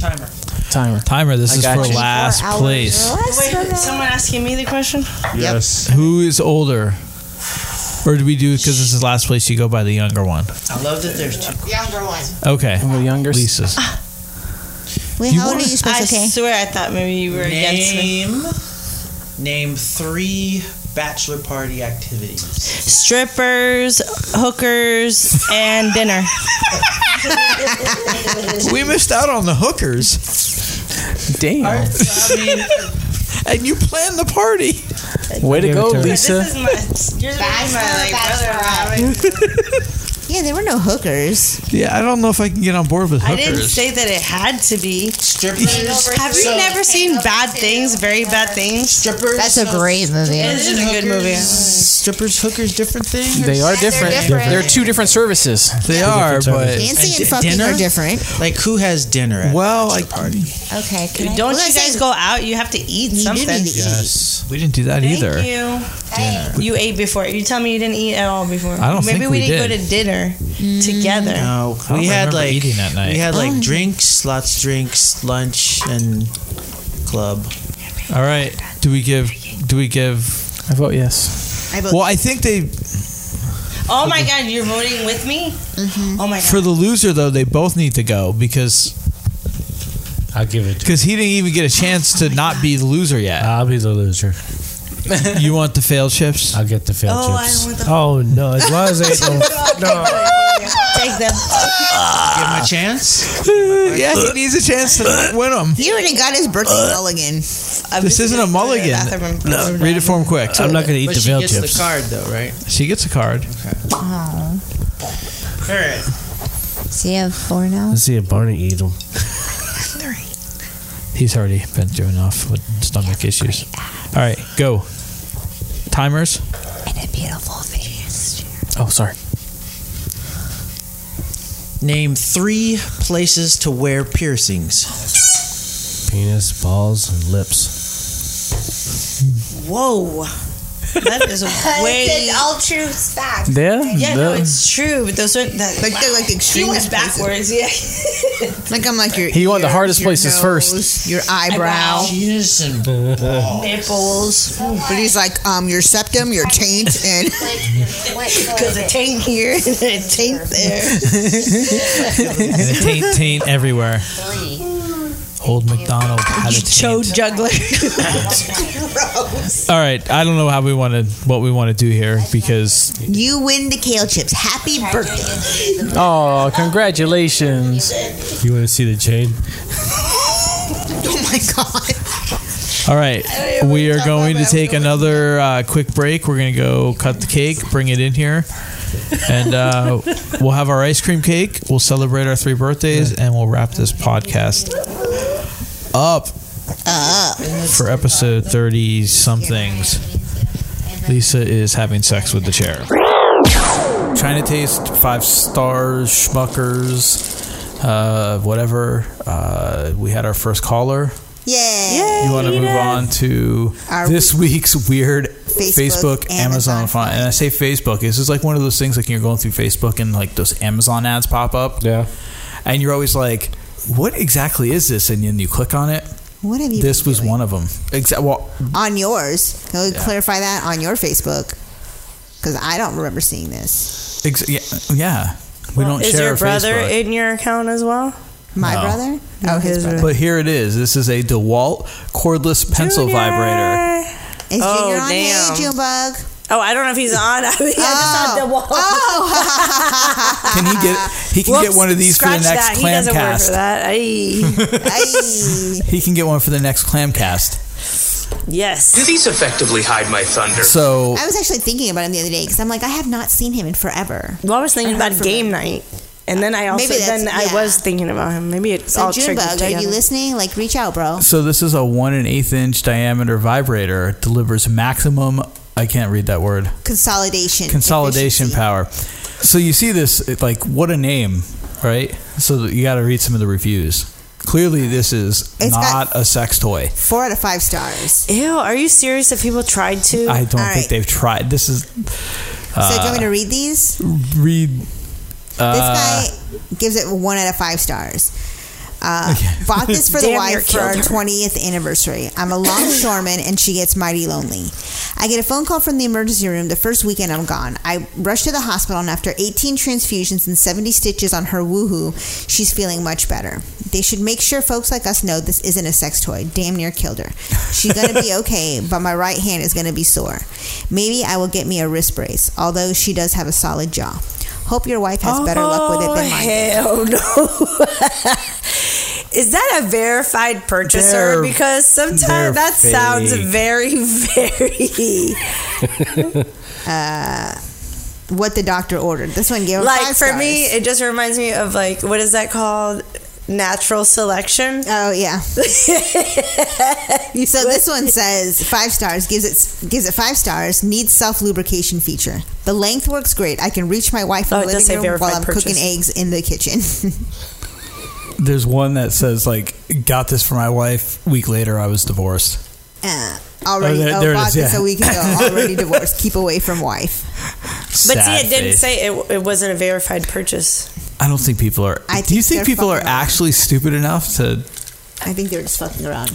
Timer. Timer. Timer. This I is got for you. last Four hours. place. Wait, someone asking me the question? Yes. Who is older? Or do we do because this is last place? You go by the younger one. I love that there's two. Younger one. Okay. The younger Lisa's. Wait, You how old wanna- are you supposed to I swear I thought maybe you were against me. Name, name three bachelor party activities. Strippers, hookers, and dinner. we missed out on the hookers. Damn. [laughs] and you planned the party. Way to go, Lisa. This is my, [laughs] you're the reason my like, brother. Yeah, there were no hookers. Yeah, I don't know if I can get on board with I hookers. didn't say that it had to be. Strippers. Have you So- never seen Bad Things, Very Bad Things? Strippers. That's a great movie. It is a good movie. uh, Strippers, hookers, different thing. They are different. different. They're two different services. They are, but- Dancing and fucking are different. Like who has dinner at well, bachelor party? Okay. Can I- Don't Well, you that's guys go out? You have to eat something. Yes. We didn't do that either. Thank you. You ate before. You tell me you didn't eat at all before. I don't Maybe think we, we didn't did. go to dinner Mm. together. No, I we don't had remember like eating that night. we had like Oh. drinks, lots of drinks, lunch, and club. All right. Do we give? Do we give? I vote yes. I vote well, I yes. think they Oh my god, you're voting with me? Mm-hmm. Oh my god. for the loser though they both need to go because I'll give it. because he didn't even get a [laughs] chance Oh to not be the loser yet. I'll be the loser. you want the failed chips? I'll get the failed Oh, I chips. want the- Oh no! As long as [laughs] [laughs] they don't. Take them. Give him a [laughs] chance. yes, Ah. he needs a [laughs] chance to [laughs] win them. He already got his birthday mulligan. This isn't a mulligan. No, read it for him quick. I'm not gonna eat But the she veil gets chips. the card though, right? She gets a card. Oh. All right. So you have four now? Let's see if Barney eat them. He's already been through enough with stomach issues. All right, go. Timers. And a beautiful face. Oh, [laughs] sorry. Name three places to wear piercings. Penis, balls, and lips. Whoa. [laughs] That [laughs] is way. It's all true facts. Yeah, Yeah, no, the- it's true. But those are that, Like, they're, like, He went extremist [laughs] backwards. Yeah. Like I'm like your. He won the your- hardest your places nose, first. Your eyebrow. Penis and balls. Nipples. But he's like, um, your septum, your taint, [laughs] and Because it taint here and it taint there. And a taint, taint everywhere. [laughs] Old McDonald had a Cho taint. juggler. All right, I don't know how we want to what we want to do here because [laughs] you win the kale chips. Happy birthday. Oh, congratulations. You want to see the chain? Oh my god. All right, we are going to take another uh, quick break. We're going to go cut the cake, bring it in here, and uh, we'll have our ice cream cake. We'll celebrate our three birthdays, and we'll wrap this podcast up for episode thirty somethings. Lisa is having sex with the chair. Trying to taste five stars, schmuckers, uh, whatever. Uh, we had our first caller. Yeah. You want to move on to Our this week's weird Facebook, Facebook, Amazon find. And I say Facebook. This is like one of those things like you're going through Facebook and like those Amazon ads pop up. Yeah. And you're always like, what exactly is this? And then you click on it. What have you This was one of them. Exa- well, on yours? Can we clarify that on your Facebook? Because I don't remember seeing this. ex- yeah, yeah. We don't Is share your brother Facebook. in your account as well? My brother? Oh, his brother. But here it is. This is a DeWalt cordless pencil vibrator. Is Oh, Junior on damn. Hey, Junebug? Oh, I don't know if he's on. [laughs] I mean, I just on the wall. [laughs] Oh. [laughs] Can he get? He can get one of these for the next that. He clam doesn't work for cast. that. Ay. [laughs] [laughs] He can get one for the next clam cast. Ay. yes. Do [laughs] these effectively hide my thunder? So I was actually thinking about him the other day because I'm like, I have not seen him in forever. Well, I was thinking Or heard about from game him. night, and then I also Maybe that's- then I yeah. was thinking about him. Maybe it's So all triggered Junebug, are you together. listening? Like, reach out, bro. So this is a one and eighth inch diameter vibrator. It delivers maximum. I can't read that word. Consolidation. Consolidation power. So you see this it, like what a name, right? So that you got to read some of the reviews. Clearly, this is It's not a sex toy. [laughs] Four out of five stars. Ew, are you serious? If people tried to, I don't think they've tried. This is. So do you want me uh, to read these? read? uh, This guy gives it one out of five stars. Uh, bought this for the [laughs] Damn near wife for our killed her. 20th anniversary. I'm a longshoreman and she gets mighty lonely. I get a phone call from the emergency room the first weekend I'm gone. I rush to the hospital and after 18 transfusions and 70 stitches on her woohoo, she's feeling much better. They should make sure folks like us know this isn't a sex toy. Damn near killed her. She's going to be okay, but my right hand is going to be sore. Maybe I will get me a wrist brace, although she does have a solid jaw. Hope your wife has better luck with it than mine. Hell no. [laughs] Is that a verified purchaser? They're- because they're sometimes that sounds fake. very, very uh, what the doctor ordered. This one gave him like for five stars. me. It just reminds me of like what is that called? Natural selection. Oh [laughs] yeah. so this one says five stars gives it gives it five stars needs self lubrication feature. The length works great. I can reach my wife in Oh, the it does say living room while verified I'm cooking purchase. eggs in the kitchen. [laughs] There's one that says like, "Got this for my wife." Week later, I was divorced. uh, already Oh, oh, there- there it bought is, this yeah. a week ago. [laughs] Already divorced. Keep away from wife. But see, Sad it didn't face. say it, it wasn't a verified purchase. I don't think people are. I do you think think they're people are actually stupid enough to? I think they were just fucking around.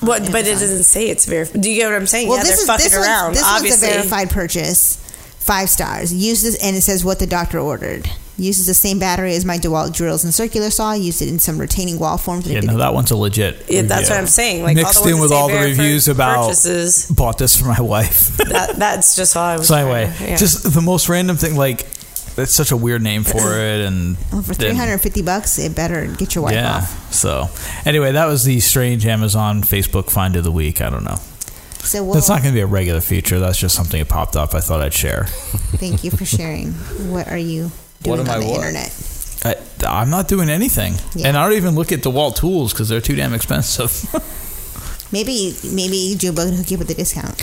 What? But it doesn't say it's verified. Do you get what I'm saying? yeah, they're fucking one's- around. this obviously, one's a verified purchase. Five stars. Use this, and it says what the doctor ordered. Uses the same battery as my DeWalt drills and circular saw. Used it in some retaining wall forms. Yeah, no, that one's a legit. Yeah, that's review. what I'm saying, like, all the mixed ones in that with say all the verified reviews about purchases. bought this for my wife. [laughs] that, that's just all I was. so trying anyway, to- yeah. just the most random thing. Like, that's such a weird name [clears throat] for it, and Well, for then- 350 bucks, it better get your wife yeah. off. So anyway, that was the strange Amazon Facebook find of the week. I don't know. So we'll, That's not going to be a regular feature. That's just something that popped up. I thought I'd share. thank you for sharing. What are you doing am on I the what? internet? I, I'm not doing anything, Yeah. and I don't even look at DeWalt tools because they're too damn expensive. [laughs] Maybe maybe Junebug can hook you up with the discount.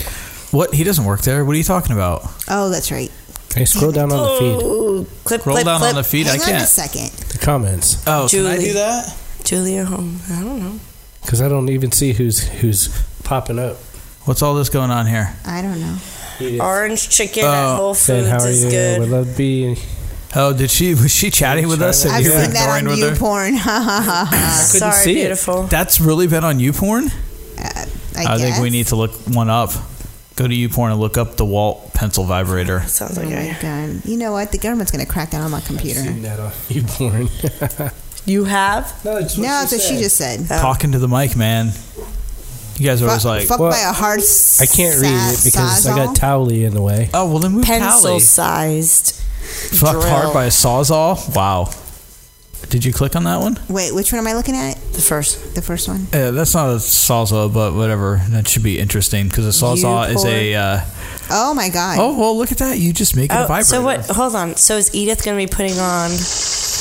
what? He doesn't work there. What are you talking about? Oh, that's right. Hey, scroll down on the Oh. feed. clip, Scroll clip, down clip. on the feed. I Hang can't. on a second. The comments. Oh, Julie. can I do that? Julia Home. I don't know. Because I don't even see who's who's popping up. What's all this going on here? I don't know. Orange chicken Oh. at Whole Foods Saying, how are is you? good. Would love be. Oh, did she? Was she chatting with us? And I've you were seen that ignoring on with you her? [laughs] porn. [laughs] Ha ha ha ha. couldn't Sorry, see it. beautiful. That's really been on YouPorn. I think we guess. need to look one up. Go to YouPorn and look up the Walt pencil vibrator. Sounds Oh my god! You know what? The government's gonna crack down on my computer. that on you porn. You have? No, No, that's what she just said. [laughs] Talking to the mic, man. You guys are always like, fucked by a hard. I can't read it because I got Sazal? Towley in the way. Oh well, then move Towley. Pencil-sized. fucked hard drill. by a sawzall. Wow. Did you click on that one? Wait, which one am I looking at? The first. The first one. Uh, that's not a sawzall, but whatever. That should be interesting because a sawzall is a. Uh, Oh my god! oh well, look at that! You just make it a Oh, vibrator. so what? Hold on. So is Edith going to be putting on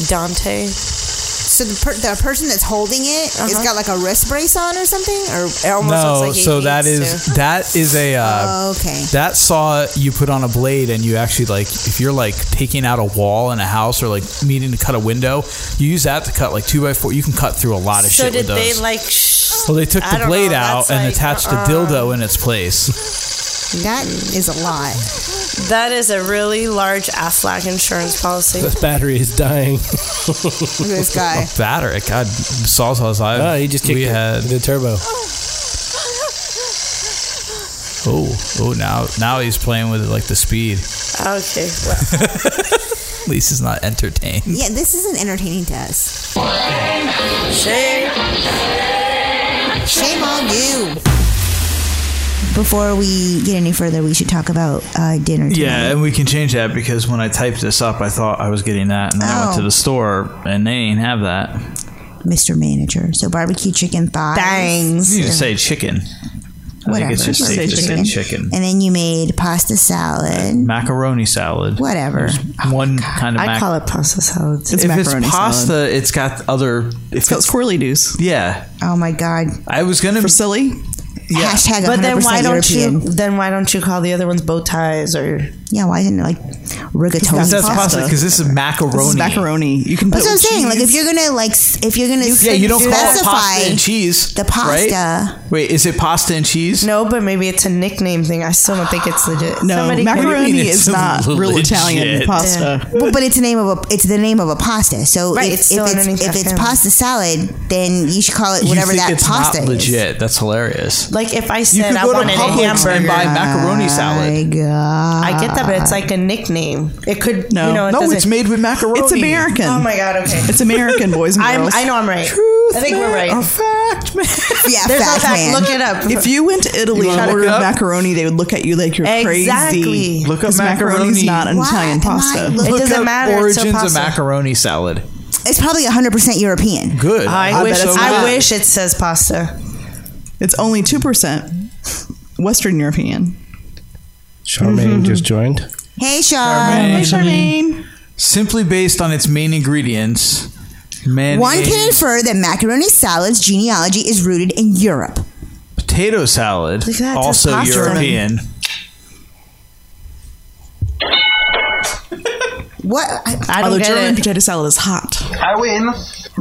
Dante? So the, per- the person that's holding it, it's got like a wrist brace on or something, or it almost Uh-huh. no, looks like he so that needs is to. that is a [laughs] uh, Oh, okay. That saw you put on a blade, and you actually like if you're like taking out a wall in a house or like needing to cut a window, you use that to cut like two by four. You can cut through a lot of So shit did with they those. like? Sh- well, they took I the don't blade know, out that's and like, attached uh-uh. a dildo in its place. That is a lot. That is a really large Aflac insurance policy. This battery is dying. Look at this guy. A battery, God, sawzall's live. Oh, he just kicked we it. had the turbo. Oh, oh, now now he's playing with like the speed. [laughs] Okay. Well. Lisa's not entertained. Yeah, this isn't entertaining to us. Shame. Shame on you. Before we get any further, we should talk about uh, dinner. Yeah, and we can change that because when I typed this up, I thought I was getting that, and then I went Oh. to the store, and they ain't have that. Mr. Manager. So barbecue chicken thighs. You need to say chicken. I Whatever. think it's just Just safe to say say chicken. chicken. And then you made pasta salad. Macaroni salad. Whatever. Oh, There's One kind of. mac- it pasta salad. if it's pasta, it's got other. If it's got squirrely doos. Yeah. Oh my god. I was gonna for silly. Yeah. Hashtag But then 100% why don't European. you? Then why don't you call the other ones bow ties or? Yeah, why didn't like rigatoni? Because that's pasta. Because this is macaroni. This is macaroni. You That's what I'm saying. Like if you're gonna like s- if you're gonna yeah, you don't call it specify pasta and cheese. the pasta. Right? Wait, is it pasta and cheese? No, but maybe it's a nickname thing. I still don't think it's legit. No, macaroni What do you mean is it's not real legit? Italian pasta. Yeah. Well, but it's the name of a it's the name of a pasta. So Right, if, it's if still it's underneath if that it's family. pasta salad, then you should call it You whatever think that it's pasta not is. legit? That's hilarious. Like if I You said could I go to wanted a Publix hamburger, and buy macaroni salad. Ah. I get that, but it's like a nickname. It could No. you know, it No, it's doesn't- made with macaroni. It's American. Oh my god, okay, It's American, boys [laughs] and I'm, girls. I know I'm right. I think we're right. A fact, man. [laughs] Yeah, There's fact, no fact. man. Look it up. If you went to Italy You wanna and look ordered it up? macaroni, they would look at you like you're Exactly. crazy. Look up Because macaroni. macaroni's not an Why Italian pasta. It Look doesn't up matter, it's Origins still of pasta. macaroni salad. It's probably 100 percent European. Good. I, I wish bet it's I not. wish it says pasta. It's only 2% Western European. [laughs] Mm-hmm. Charmaine just joined. Hey, Charmaine. Charmaine. Simply based on its main ingredients, man. One can infer that macaroni salad's genealogy is rooted in Europe. potato salad, Look at that, it also says pasta. European. What? I, I don't Although get German it. potato salad is hot. I win.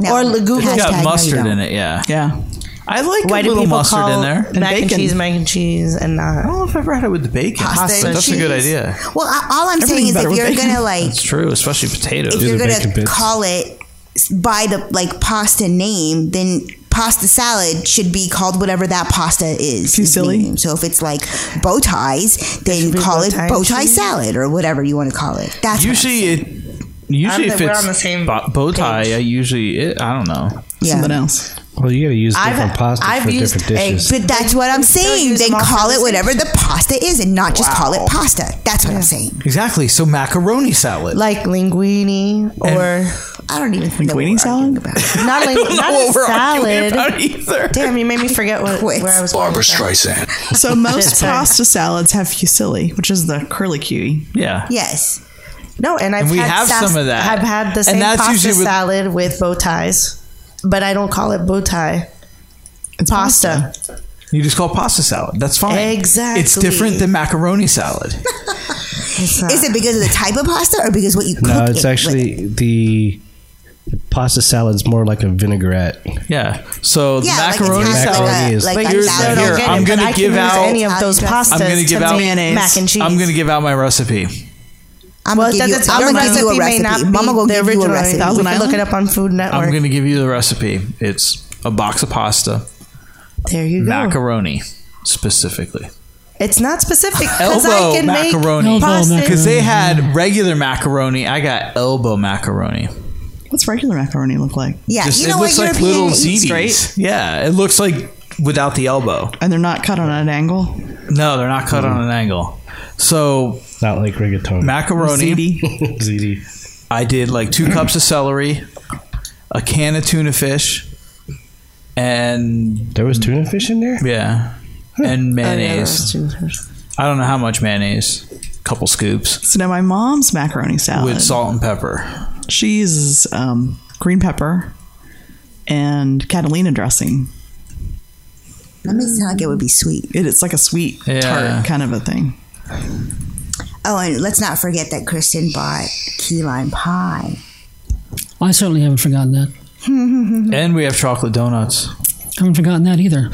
Or Google. It's got mustard in it. Yeah. Yeah. I like Why a do little people mustard call in there. mac and, cheese mac and cheese and uh, not? I don't know if I've ever had it with the bacon. Pasta and That's a good cheese. idea. Well, I- all [laughs] I'm saying Everything's is better if with you're bacon. gonna like It's true, especially potatoes. if you're gonna call it s- by the like pasta name, then pasta salad should be called whatever that pasta is. its Fusilli? name. So if it's like bow ties, then call it bow-tie bow tie cheese. salad or whatever you want to call it. That's what I'm usually saying. it. Usually, I'm- if we're it's on the same bo- bow tie, I usually it, I don't know. Something else. Well, you got to use different pasta for different dishes. But that's what I'm saying. Then them all call for it the whatever same the pasta is, and not just call it pasta. That's what I'm saying. Exactly. So macaroni salad. Like linguine or I don't even think Linguine [laughs] salad? [laughs] not linguine, not a salad. [laughs] either. Damn, you made me forget what, Quit. where I was. Barbara Streisand. [laughs] So Shit, most sorry. pasta salads have fusilli, which is the curly cuey. Yeah. Yes. No, and I've And we had have sas- some of that. I've had the And same that's pasta usually with- salad with bow ties, but I don't call it bow tie. It's pasta. You just call it pasta salad. That's fine. Exactly. It's different than macaroni salad. It's not. Is it because of the type of pasta or because what you cook? No, it's it with? actually the pasta salad's more like a vinaigrette. Yeah. So Yeah, like the it's macaroni kind of like salad. a- is- like But a you're salad. still Here, don't get I'm it, but gonna I can give use out- any of those pastas. I'm gonna give to out- make mac and cheese. I'm gonna give out my recipe. I'm gonna give you, that's- I'm your gonna give you a may not recipe. be Mama gonna the give you a original. recipe. We can look it up on Food I'm Network. gonna give you the recipe. It's a box of pasta, there you go. macaroni specifically. It's not [laughs] specific because I Elbow can macaroni make pasta. because they had regular macaroni. I got elbow macaroni. What's regular macaroni look like? Yeah, Just- you it know what? looks like European little eats ziti's. straight. Yeah, it looks like without the elbow. And they're not cut on an angle. No, they're not cut on an angle. So Mm-hmm. Not like rigatoni. macaroni. Ziti. [laughs] Ziti. I did like two cups of celery, a can of tuna fish, and There was tuna fish in there? yeah, and Oh, mayonnaise. Oh, I don't know how much mayonnaise, couple scoops So now my mom's macaroni salad. with salt and pepper. She uses um, green pepper and Catalina dressing. That makes it sound like it would be sweet. It, it's like a sweet Yeah. tart kind of [laughs] [laughs] a thing. Oh, and let's not forget that Kristen bought key lime pie. I certainly haven't forgotten that. And we have chocolate donuts I haven't forgotten that [laughs] [laughs] either.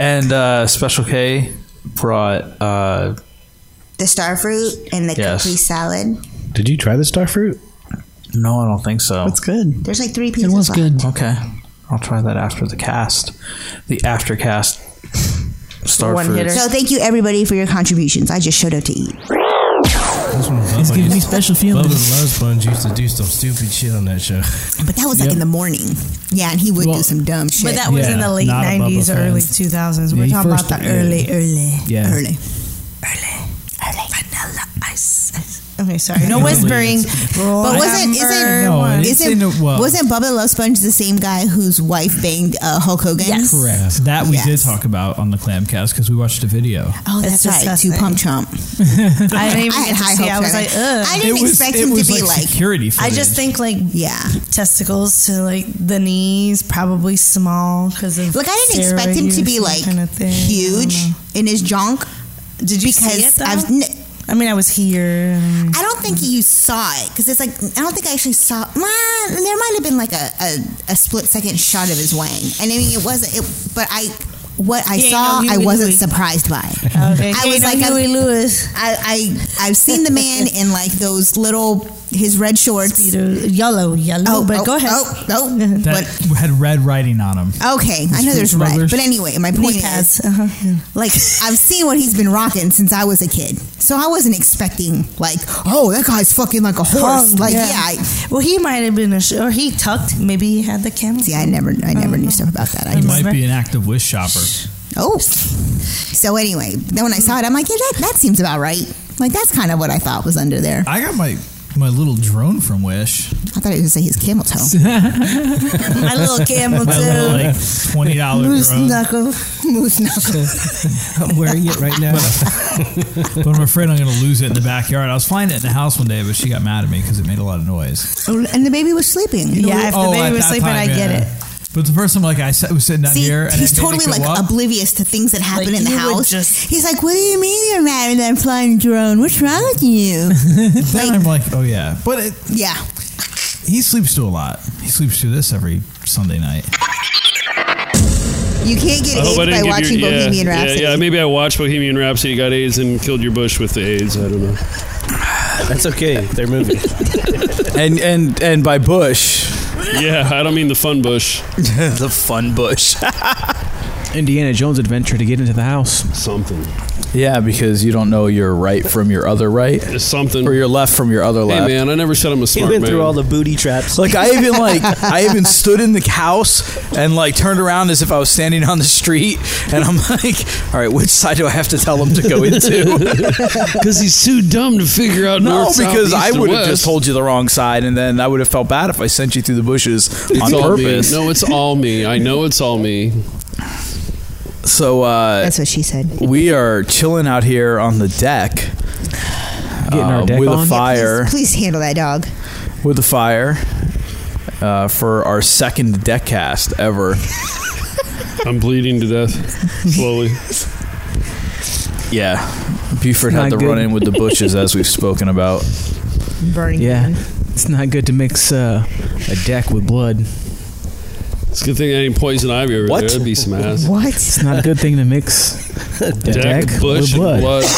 and uh, Special K brought uh, The star fruit and the Yes. capri salad. Did you try the star fruit? no, I don't think so. It's good. There's like three pieces. It was left. good. Okay, I'll try that after the cast, the after cast. Star One fruit. hitter. So thank you everybody for your contributions. I just showed up to eat. Sounds like giving it's- me special Love feelings. is Love Sponge used to do some stupid shit on that show. But that was like in the [laughs] morning. Yeah, and he would do some dumb shit. But that was in the late not a Bubba 90s or fan. early 2000s. Yeah, We're he talking about first- the yeah. early, early, Yeah. early. Early. Early. Vanilla ice. ice. Okay, sorry. [laughs] No whispering. But wasn't isn't No, I didn't isn't say no- well- wasn't Bubba Love Sponge the same guy whose wife banged uh, Hulk Hogan? Correct. That we did Yes. talk about on the Clamcast because we watched a video. Oh, that's, That's right. disgusting. To pump chomp. I didn't even [laughs] I had get to high see. I hopes was for like, it. ugh. I didn't It was- expect it him to was be like like- security I footage. just think like yeah, testicles to like the knees, probably small because of Like I didn't expect steroid him to use be and that like kind of thing. I don't huge know. in his junk. Did you because see it though? I've n- I mean, I was here. I don't think you saw it because it's like I don't think I actually saw. Well, there might have been like a, a, a split second shot of his wang, and I mean it wasn't. It, but I what I He ain't saw, no I Huey wasn't Louie. surprised by. Okay, I he was ain't no like Huey I, Lewis. I, I I've seen the [laughs] man in like those little his red shorts, yellow, yellow. but go ahead. Oh, [laughs] oh, That had red writing on them. but, okay, I know there's red, but anyway, my point is, Uh-huh. like I've seen what he's been rocking since I was a kid, so I wasn't expecting like, oh, that guy's fucking like a horse, Hung, like yeah. yeah. I, well, he might have been a sh- or he tucked. Maybe he had the Uh-huh. camel. See, I never, I never knew stuff about that. I It just- might be an active wish shopper. Oh. So anyway, then when I saw it, I'm like, yeah, that, that seems about right. Like that's kind of what I thought was under there. I got my my little drone from Wish. I thought it was gonna say his camel toe. [laughs] My little camel My little, toe. like twenty dollar Moose [laughs] drone. uh, knuckle, moose knuckle. [laughs] I'm wearing it right now. [laughs] but I'm afraid I'm going to lose it in the backyard. I was flying it in the house one day, but she got mad at me because it made a lot of noise. [laughs] Oh, and the baby was sleeping. Oh, at that time, yeah. But the first time, like I sat- was sitting down See, here, and he's I made it totally go like up. oblivious to things that happen in the you would house. He's like, "What do you mean you're mad that I'm flying a drone? What's wrong with you?" [laughs] [laughs] then I'm like, oh yeah, but it, yeah, he sleeps through a lot. He sleeps through this every Sunday night. you can't get I hope I AIDS didn't by give you- watching yeah, Bohemian yeah, Rhapsody. Yeah, maybe I watched Bohemian Rhapsody, got AIDS, and killed your bush with the AIDS. I don't know. That's okay. They're moving. [laughs] and and and by bush. Yeah, I don't mean the [laughs] fun bush. the fun bush. Indiana Jones adventure to get into the house. Something. Yeah, because you don't know your right from your other right. something. Or your left from your other Hey left. man, I never said I'm a smart man. the booty traps. Like I even like I even [laughs] stood in the house and like turned around as if I was standing on the street, and I'm like, all right, which side do I have to tell them to go into? [laughs] [laughs] because he's too dumb to figure out. No, north, south, because east, I and would have just west. told you the wrong side, and then I would have felt bad if I sent you through the bushes It's on all purpose. Me. No, it's all me. I know it's all me. So uh, that's what she said. We are chilling out here on the deck, getting our deck Uh, with on. a fire, Please handle [laughs] that dog. with a fire uh, for our second deck cast ever. [laughs] I'm bleeding to death slowly. Yeah, Buford had Not to good. run in with the bushes as we've [laughs] spoken about. Burning. Yeah, it's not good to mix uh, a deck with blood. It's a good thing I ain't poison ivy over What? there. That'd be some ass. What? It's not a good thing to mix [laughs] a Deck, deck, bush, with blood. and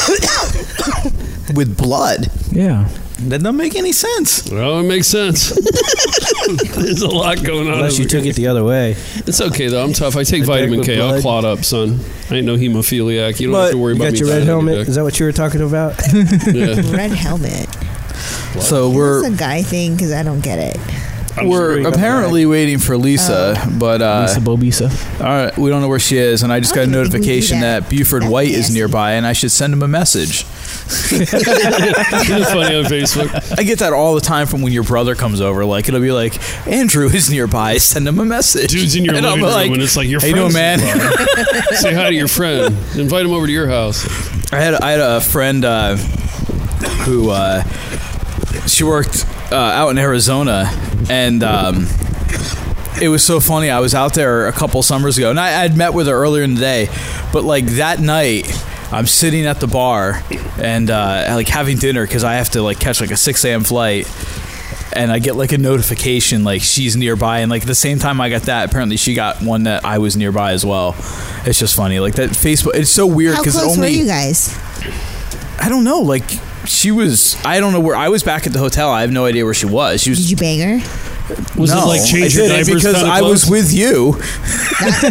blood. with blood. Yeah. That doesn't make any sense. Well, it makes sense. There's a lot going on. Unless you took it the other way. It's okay though. I'm tough. I take vitamin with K. I'll blood. clot up, son. I ain't no hemophiliac. You don't have to worry you about got me. your red dying on helmet. your Is that what you were talking about? Yeah. Red helmet. So we're That's a guy thing because I don't get it. we're apparently waiting for Lisa, but uh, Lisa Bobisa. All right, we don't know where she is, and I just got a notification that. Buford White is nearby, and I should send him a [laughs] message. Isn't it funny on Facebook? I get that all the time from when your brother comes over. Like it'll be like Andrew is nearby, send him a message. Dude's in your and I'm living room, like, and it's like your "How you doing, man. friend's nearby." [laughs] Say hi to your friend. Invite him over to your house. I had I had a friend uh, who uh, she worked uh, out in Arizona, and um, it was so funny. I was out there a couple summers ago, and I had met with her earlier in the day, but like that night. I'm sitting at the bar and uh, like having dinner because I have to like catch like a 6 a.m. flight, and I get like a notification like she's nearby, and like the same time I got that, apparently she got one that I was nearby as well. It's just funny, like that Facebook. It's so weird How because close only were [laughs] you guys? I don't know. Like she was. I don't know where. I was back at the hotel. I have no idea where she was. She was. Did you bang her? Was it No, like change I your did it diapers because kinda I was close? with you.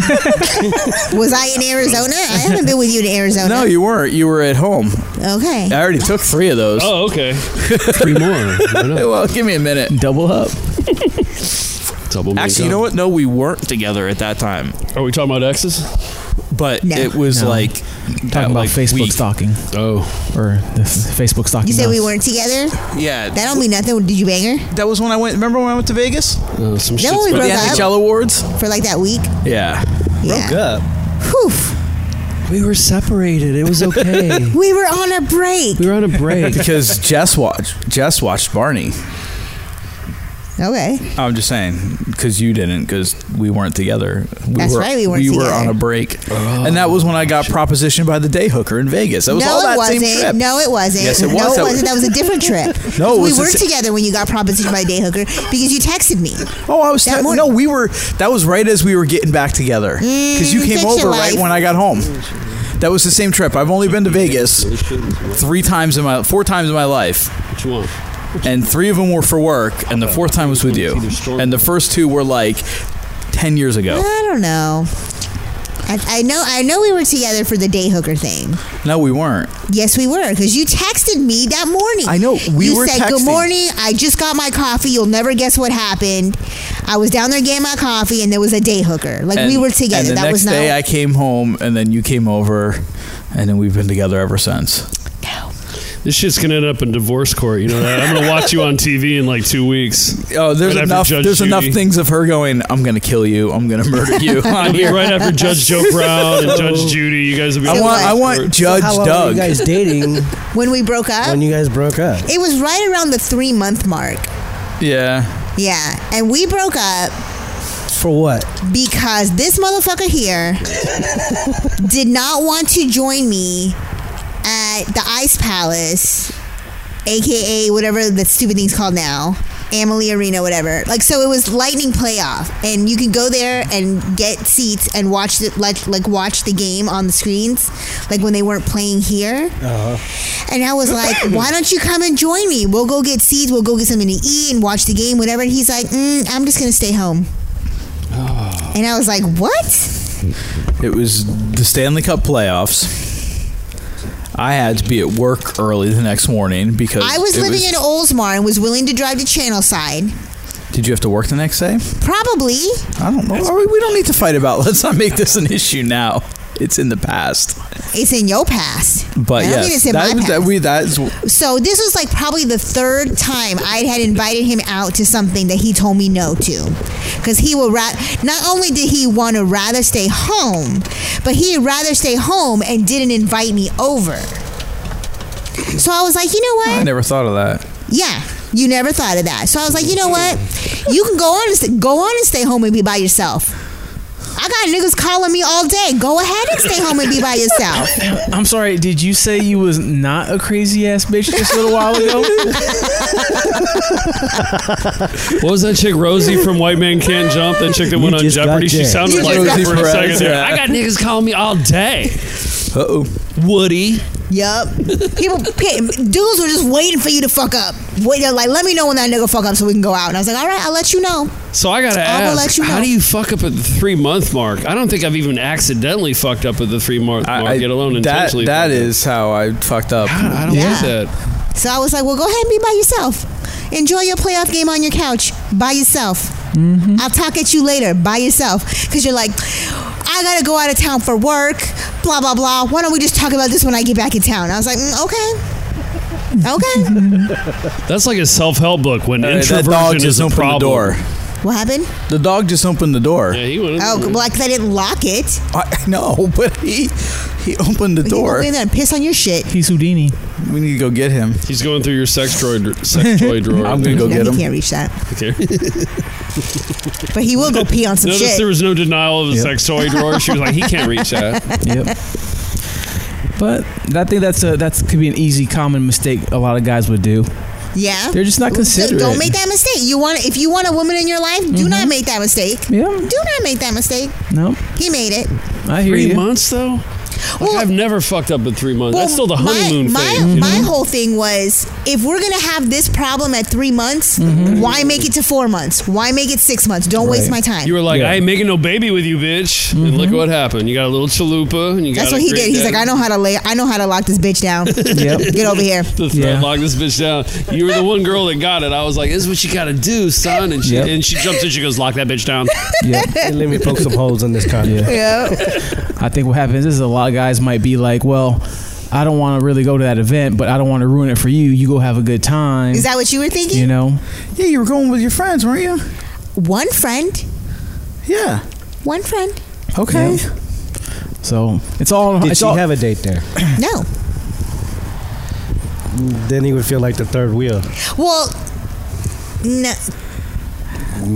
Was I in Arizona? I haven't been with you in Arizona. No, you weren't. You were at home. Okay. I already took three of those. Oh, [laughs] okay. three more. well, give me a minute. Double up. Double. Actually, you know what? No, we weren't together at that time. Are we talking about exes? But it was No. like I'm talking about Facebook stalking. Oh, or this Facebook stalking. You said we us. weren't together? Yeah. That don't mean nothing. Did you bang her? That was when I went. Remember when I went to Vegas? Oh, Uh, some That when we For the broke up? NHL awards. For like that week? Yeah. Yeah. Broke up. We were separated. It [laughs] was okay. We were on a break. we were on a [laughs] break. because Jess watched Jess watched Barney. Okay. I'm just saying because you didn't because we weren't together. We That's were, right, we weren't were together. on a break, and that was when I got propositioned by the day hooker in Vegas. That was no, all that it wasn't. same trip. No, it wasn't. Yes, it was. No, it That wasn't. That was a different trip. [laughs] No, it we was were the sa- together when you got propositioned by a day hooker because you texted me. Oh, I was. Te- no, we were. That was right as we were getting back together because you Mm, came such a over right life. when I got home. That was the same trip. I've only been to Vegas three times in my four times in my life. Which one? And three of them were for work, and the fourth time was with you. And the first two were like ten years ago. I don't know. I, I know. I know we were together for the day hooker thing. No, we weren't. Yes, we were because you texted me that morning. I know we you were said good texting." morning. I just got my coffee. You'll never guess what happened. I was down there getting my coffee, and there was a day hooker. Like we And- were And together. the that next was not. day, I came home, and then you came over, and then we've been together ever since. This shit's gonna end up in divorce court. You know that. I'm gonna watch you on TV in like two weeks. Oh, there's Right after enough. Judge There's Judy. enough things of her going. I'm gonna kill you. I'm gonna murder you. [laughs] It'll on be here. right after Judge [laughs] Joe Brown and Judge Judy. You guys will be. I on want- divorce I want court. Judge How long were you guys dating when we broke up, when you guys broke up? it was right around the three month mark. Yeah. Yeah, and we broke up For what? because this motherfucker here did not want to join me at the Ice Palace, aka whatever the stupid thing's called now, Amalie Arena, whatever. Like, so it was lightning playoff, and you can go there and get seats and watch the like, like watch the game on the screens, like when they weren't playing here. Uh-huh. And I was like, why don't you come and join me? We'll go get seeds, we'll go get something to eat and watch the game, whatever. And he's like, mm, I'm just gonna stay home. Oh. And I was like, what? It was the Stanley Cup playoffs. I had to be at work early the next morning because I was it living in Oldsmar and was willing to drive to Channel Side. Did you have to work the next day? Probably. I don't know. Are we, we don't need to fight about. [laughs] Let's not make this an issue now. It's in the past. It's in your past. But I don't think yes, it's in that my was- that past. we that's So this was like probably the third time I had invited him out to something that he told me no to, because he would ra- not only did he want to rather stay home, but he'd rather stay home and didn't invite me over. So I was like, you know what? I never thought of that. Yeah, you never thought of that. So I was like, you know what? You can go on and st- go on and stay home and be by yourself. I got niggas calling me all day. Go ahead and stay home and be by yourself. [laughs] I'm sorry. Did you say you was not a crazy ass bitch just a little while [laughs] ago? What was that chick Rosie from White Man [laughs] Can't Jump? That chick that went on just got Jeopardy. She jacked. sounded You like just her got for a jacked. second there. Yeah. I got niggas calling me all day. Uh oh. Woody. Yup. People, pe- dudes were just waiting for you to fuck up. Wait, they're like, let me know when that nigga fuck up so we can go out. And I was like, all right, I'll let you know. So I gotta I will ask, let you how know. do you fuck up at the three month mark? I don't think I've even accidentally fucked up at the three month mark, I- get alone that intentionally. that is how I fucked up. I don't Yeah. like that. So I was like, well, go ahead and be by yourself. Enjoy your playoff game on your couch by yourself. Mm-hmm. I'll talk at you later by yourself because you're like, I gotta go out of town for work. Blah blah blah. Why don't we just talk about this when I get back in town? I was like, mm, okay, [laughs] okay. That's like a self help book when Uh, that introversion dog just is a opened the problem. door. what happened? The dog just opened the door. Yeah, he went. Oh, well, like I didn't lock it. I, no, [laughs] but he he opened the door. in there and piss on your shit. He's Houdini. We need to go get him. He's going through your sex droid, sex [laughs] droid drawer. I'm gonna go No, get he him. can't reach that. Okay. [laughs] But he will go pee on some Notice shit. there was no denial of the Yep. sex toy drawer. She was like, he can't reach [laughs] [laughs] that. Yep. But I think that's a that's could be an easy common mistake a lot of guys would do. Yeah, They're just not So considerate. Mm-hmm. Don't make that mistake. You want if you want a woman in your life, do not make that mistake. Yeah, do not make that mistake. Nope. He made it. I hear Three you. months though. Like, I've never fucked up in three months. Well, That's still the my- honeymoon my, phase. Mm-hmm. you My, know? whole thing was if we're gonna have this problem at three months, Mm-hmm. why make it to four months? Why make it six months? Don't waste my time. You were like, I ain't making no baby with you, bitch. And Mm-hmm. look what happened. You got a little chalupa, and you That's got. what he did. He's like, I know how to lay. I know how to lock this bitch down. Get over here. yeah. uh, Lock [laughs] this bitch down. You were the one girl that got it. I was like, "This is what you got to do, son." And she Yep. and she jumps in. She goes, "Lock that bitch down." And let me poke some holes in this car. I think what happens is a lot of guys might be like, well, I don't want to really go to that event, but I don't want to ruin it for you. You go have a good time. Is that what you were thinking? You know? Yeah, you were going with your friends, weren't you? One friend. Yeah. One friend. Okay. So it's all. Did it's she all, have a date there? No. Then he would feel like the third wheel. Well, no.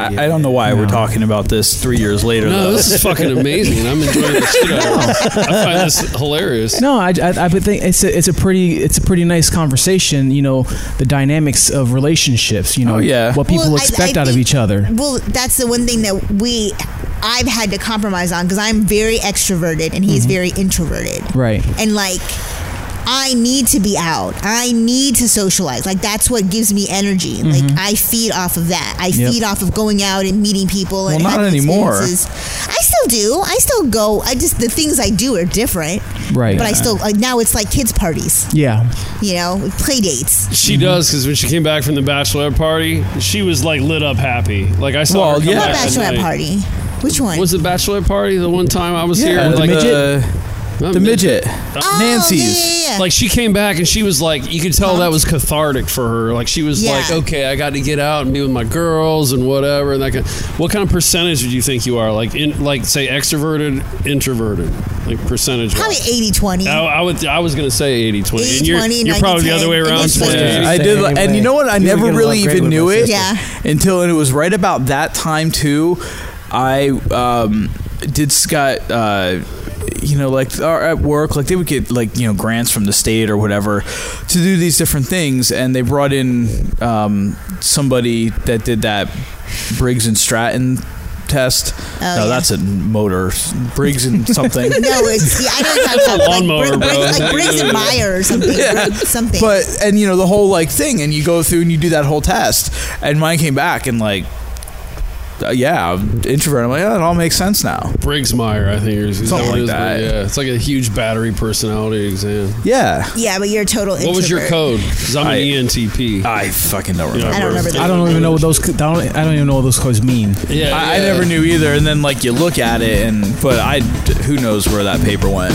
I, I don't know why we're talking about this three years later. No, though. this is fucking amazing. I'm enjoying the [laughs] shit out of it. I find this hilarious. No, I, I, I would think it's a, it's a pretty it's a pretty nice conversation. You know, the dynamics of relationships. You know, yeah. what people Well, I- expect I out of think- each other. Well, that's the one thing that we I've had to compromise on because I'm very extroverted and he's Mhm. very introverted. Right. And like I need to be out. I need to socialize. Like that's what gives me energy. Mhm. Like I feed off of that. I Yep. feed off of going out and meeting people Well, and not having anymore. experiences. I still do. I still go. I just the things I do are different. Right. But I still like now it's like kids parties. Yeah. You know, play dates. She does because when she came back from the bachelor party, she was like lit up happy. Like I saw. her come What back that bachelorette night. party? Which one? Was the bachelorette party the one time I was Yeah, here? the like uh, midget. Not The midget. Oh, Nancy's. Like she came back and she was like, you could tell that was cathartic for her. Like she was Yeah. like, okay, I got to get out and be with my girls and whatever. And that kind. What kind of percentage would you think you are? Like in like say extroverted, introverted, like percentage. Probably 80 20. I, I would. I was gonna say 80 20. and you're, 80-20, you're probably the other way 90-10, around. and it's Yeah. I did, li- and you know what? I never really even knew it until and it was right about that time too. I um, did Scott, uh, you know, like or at work, like they would get like you know grants from the state or whatever to do these different things, and they brought in um, somebody that did that Briggs and Stratton test. Oh, no, yeah. that's a motor Briggs and something. [laughs] No, it's yeah, I [laughs] know it's not like, Lawnmower, Brig- bro. Brig- like Briggs and Meyer or something. [laughs] Brig- something. But and you know the whole like thing, and you go through and you do that whole test, and mine came back and like, uh, yeah, I'm introvert. I'm like, oh, it all makes sense now. Briggs Meyer, I think, or is Something what it like is, but that. Yeah, it's like a huge battery personality exam. Yeah. yeah, but you're a total What was your code? introvert. Because I'm an E ENTP. I fucking don't remember. I don't remember I don't even know what those. co- I don't, I don't even know what those codes mean. Yeah, I, I never knew either, and then like you look at it, and but I, who knows where that paper went.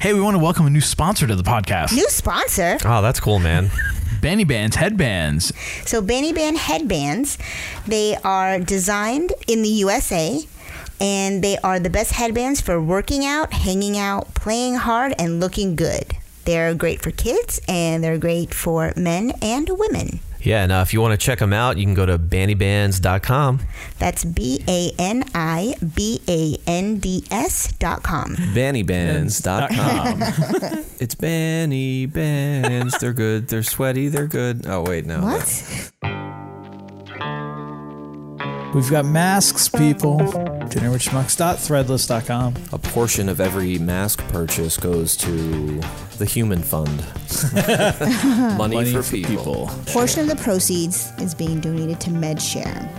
Hey, we want to welcome a new sponsor to the podcast. New sponsor. Oh, that's cool, man. [laughs] Benny Bands headbands. So Banny Band headbands, they are designed in the USA and they are the best headbands for working out, hanging out, playing hard and looking good. They're great for kids and they're great for men and women. Yeah, and uh, if you want to check them out, you can go to bandybands.com. That's B A N I B A N D S dot [laughs] com. [laughs] Bandybands.com. it's Banny Bands. They're good. They're sweaty. They're good. Oh, wait, no. What? [laughs] We've got masks, people. DinnerWithSchmucks.threadless.com. A portion of every mask purchase goes to the human [laughs] fund. Money, for people. portion of the proceeds is being donated to MedShare.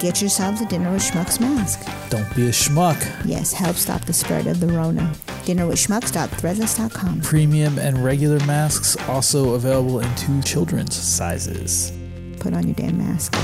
Get yourselves a Dinner with Schmucks mask. Don't be a schmuck. Yes, help stop the spread of the Rona. Dinner with Schmucks.threadless.com. Premium and regular masks also available in two children's sizes. Put on your damn mask.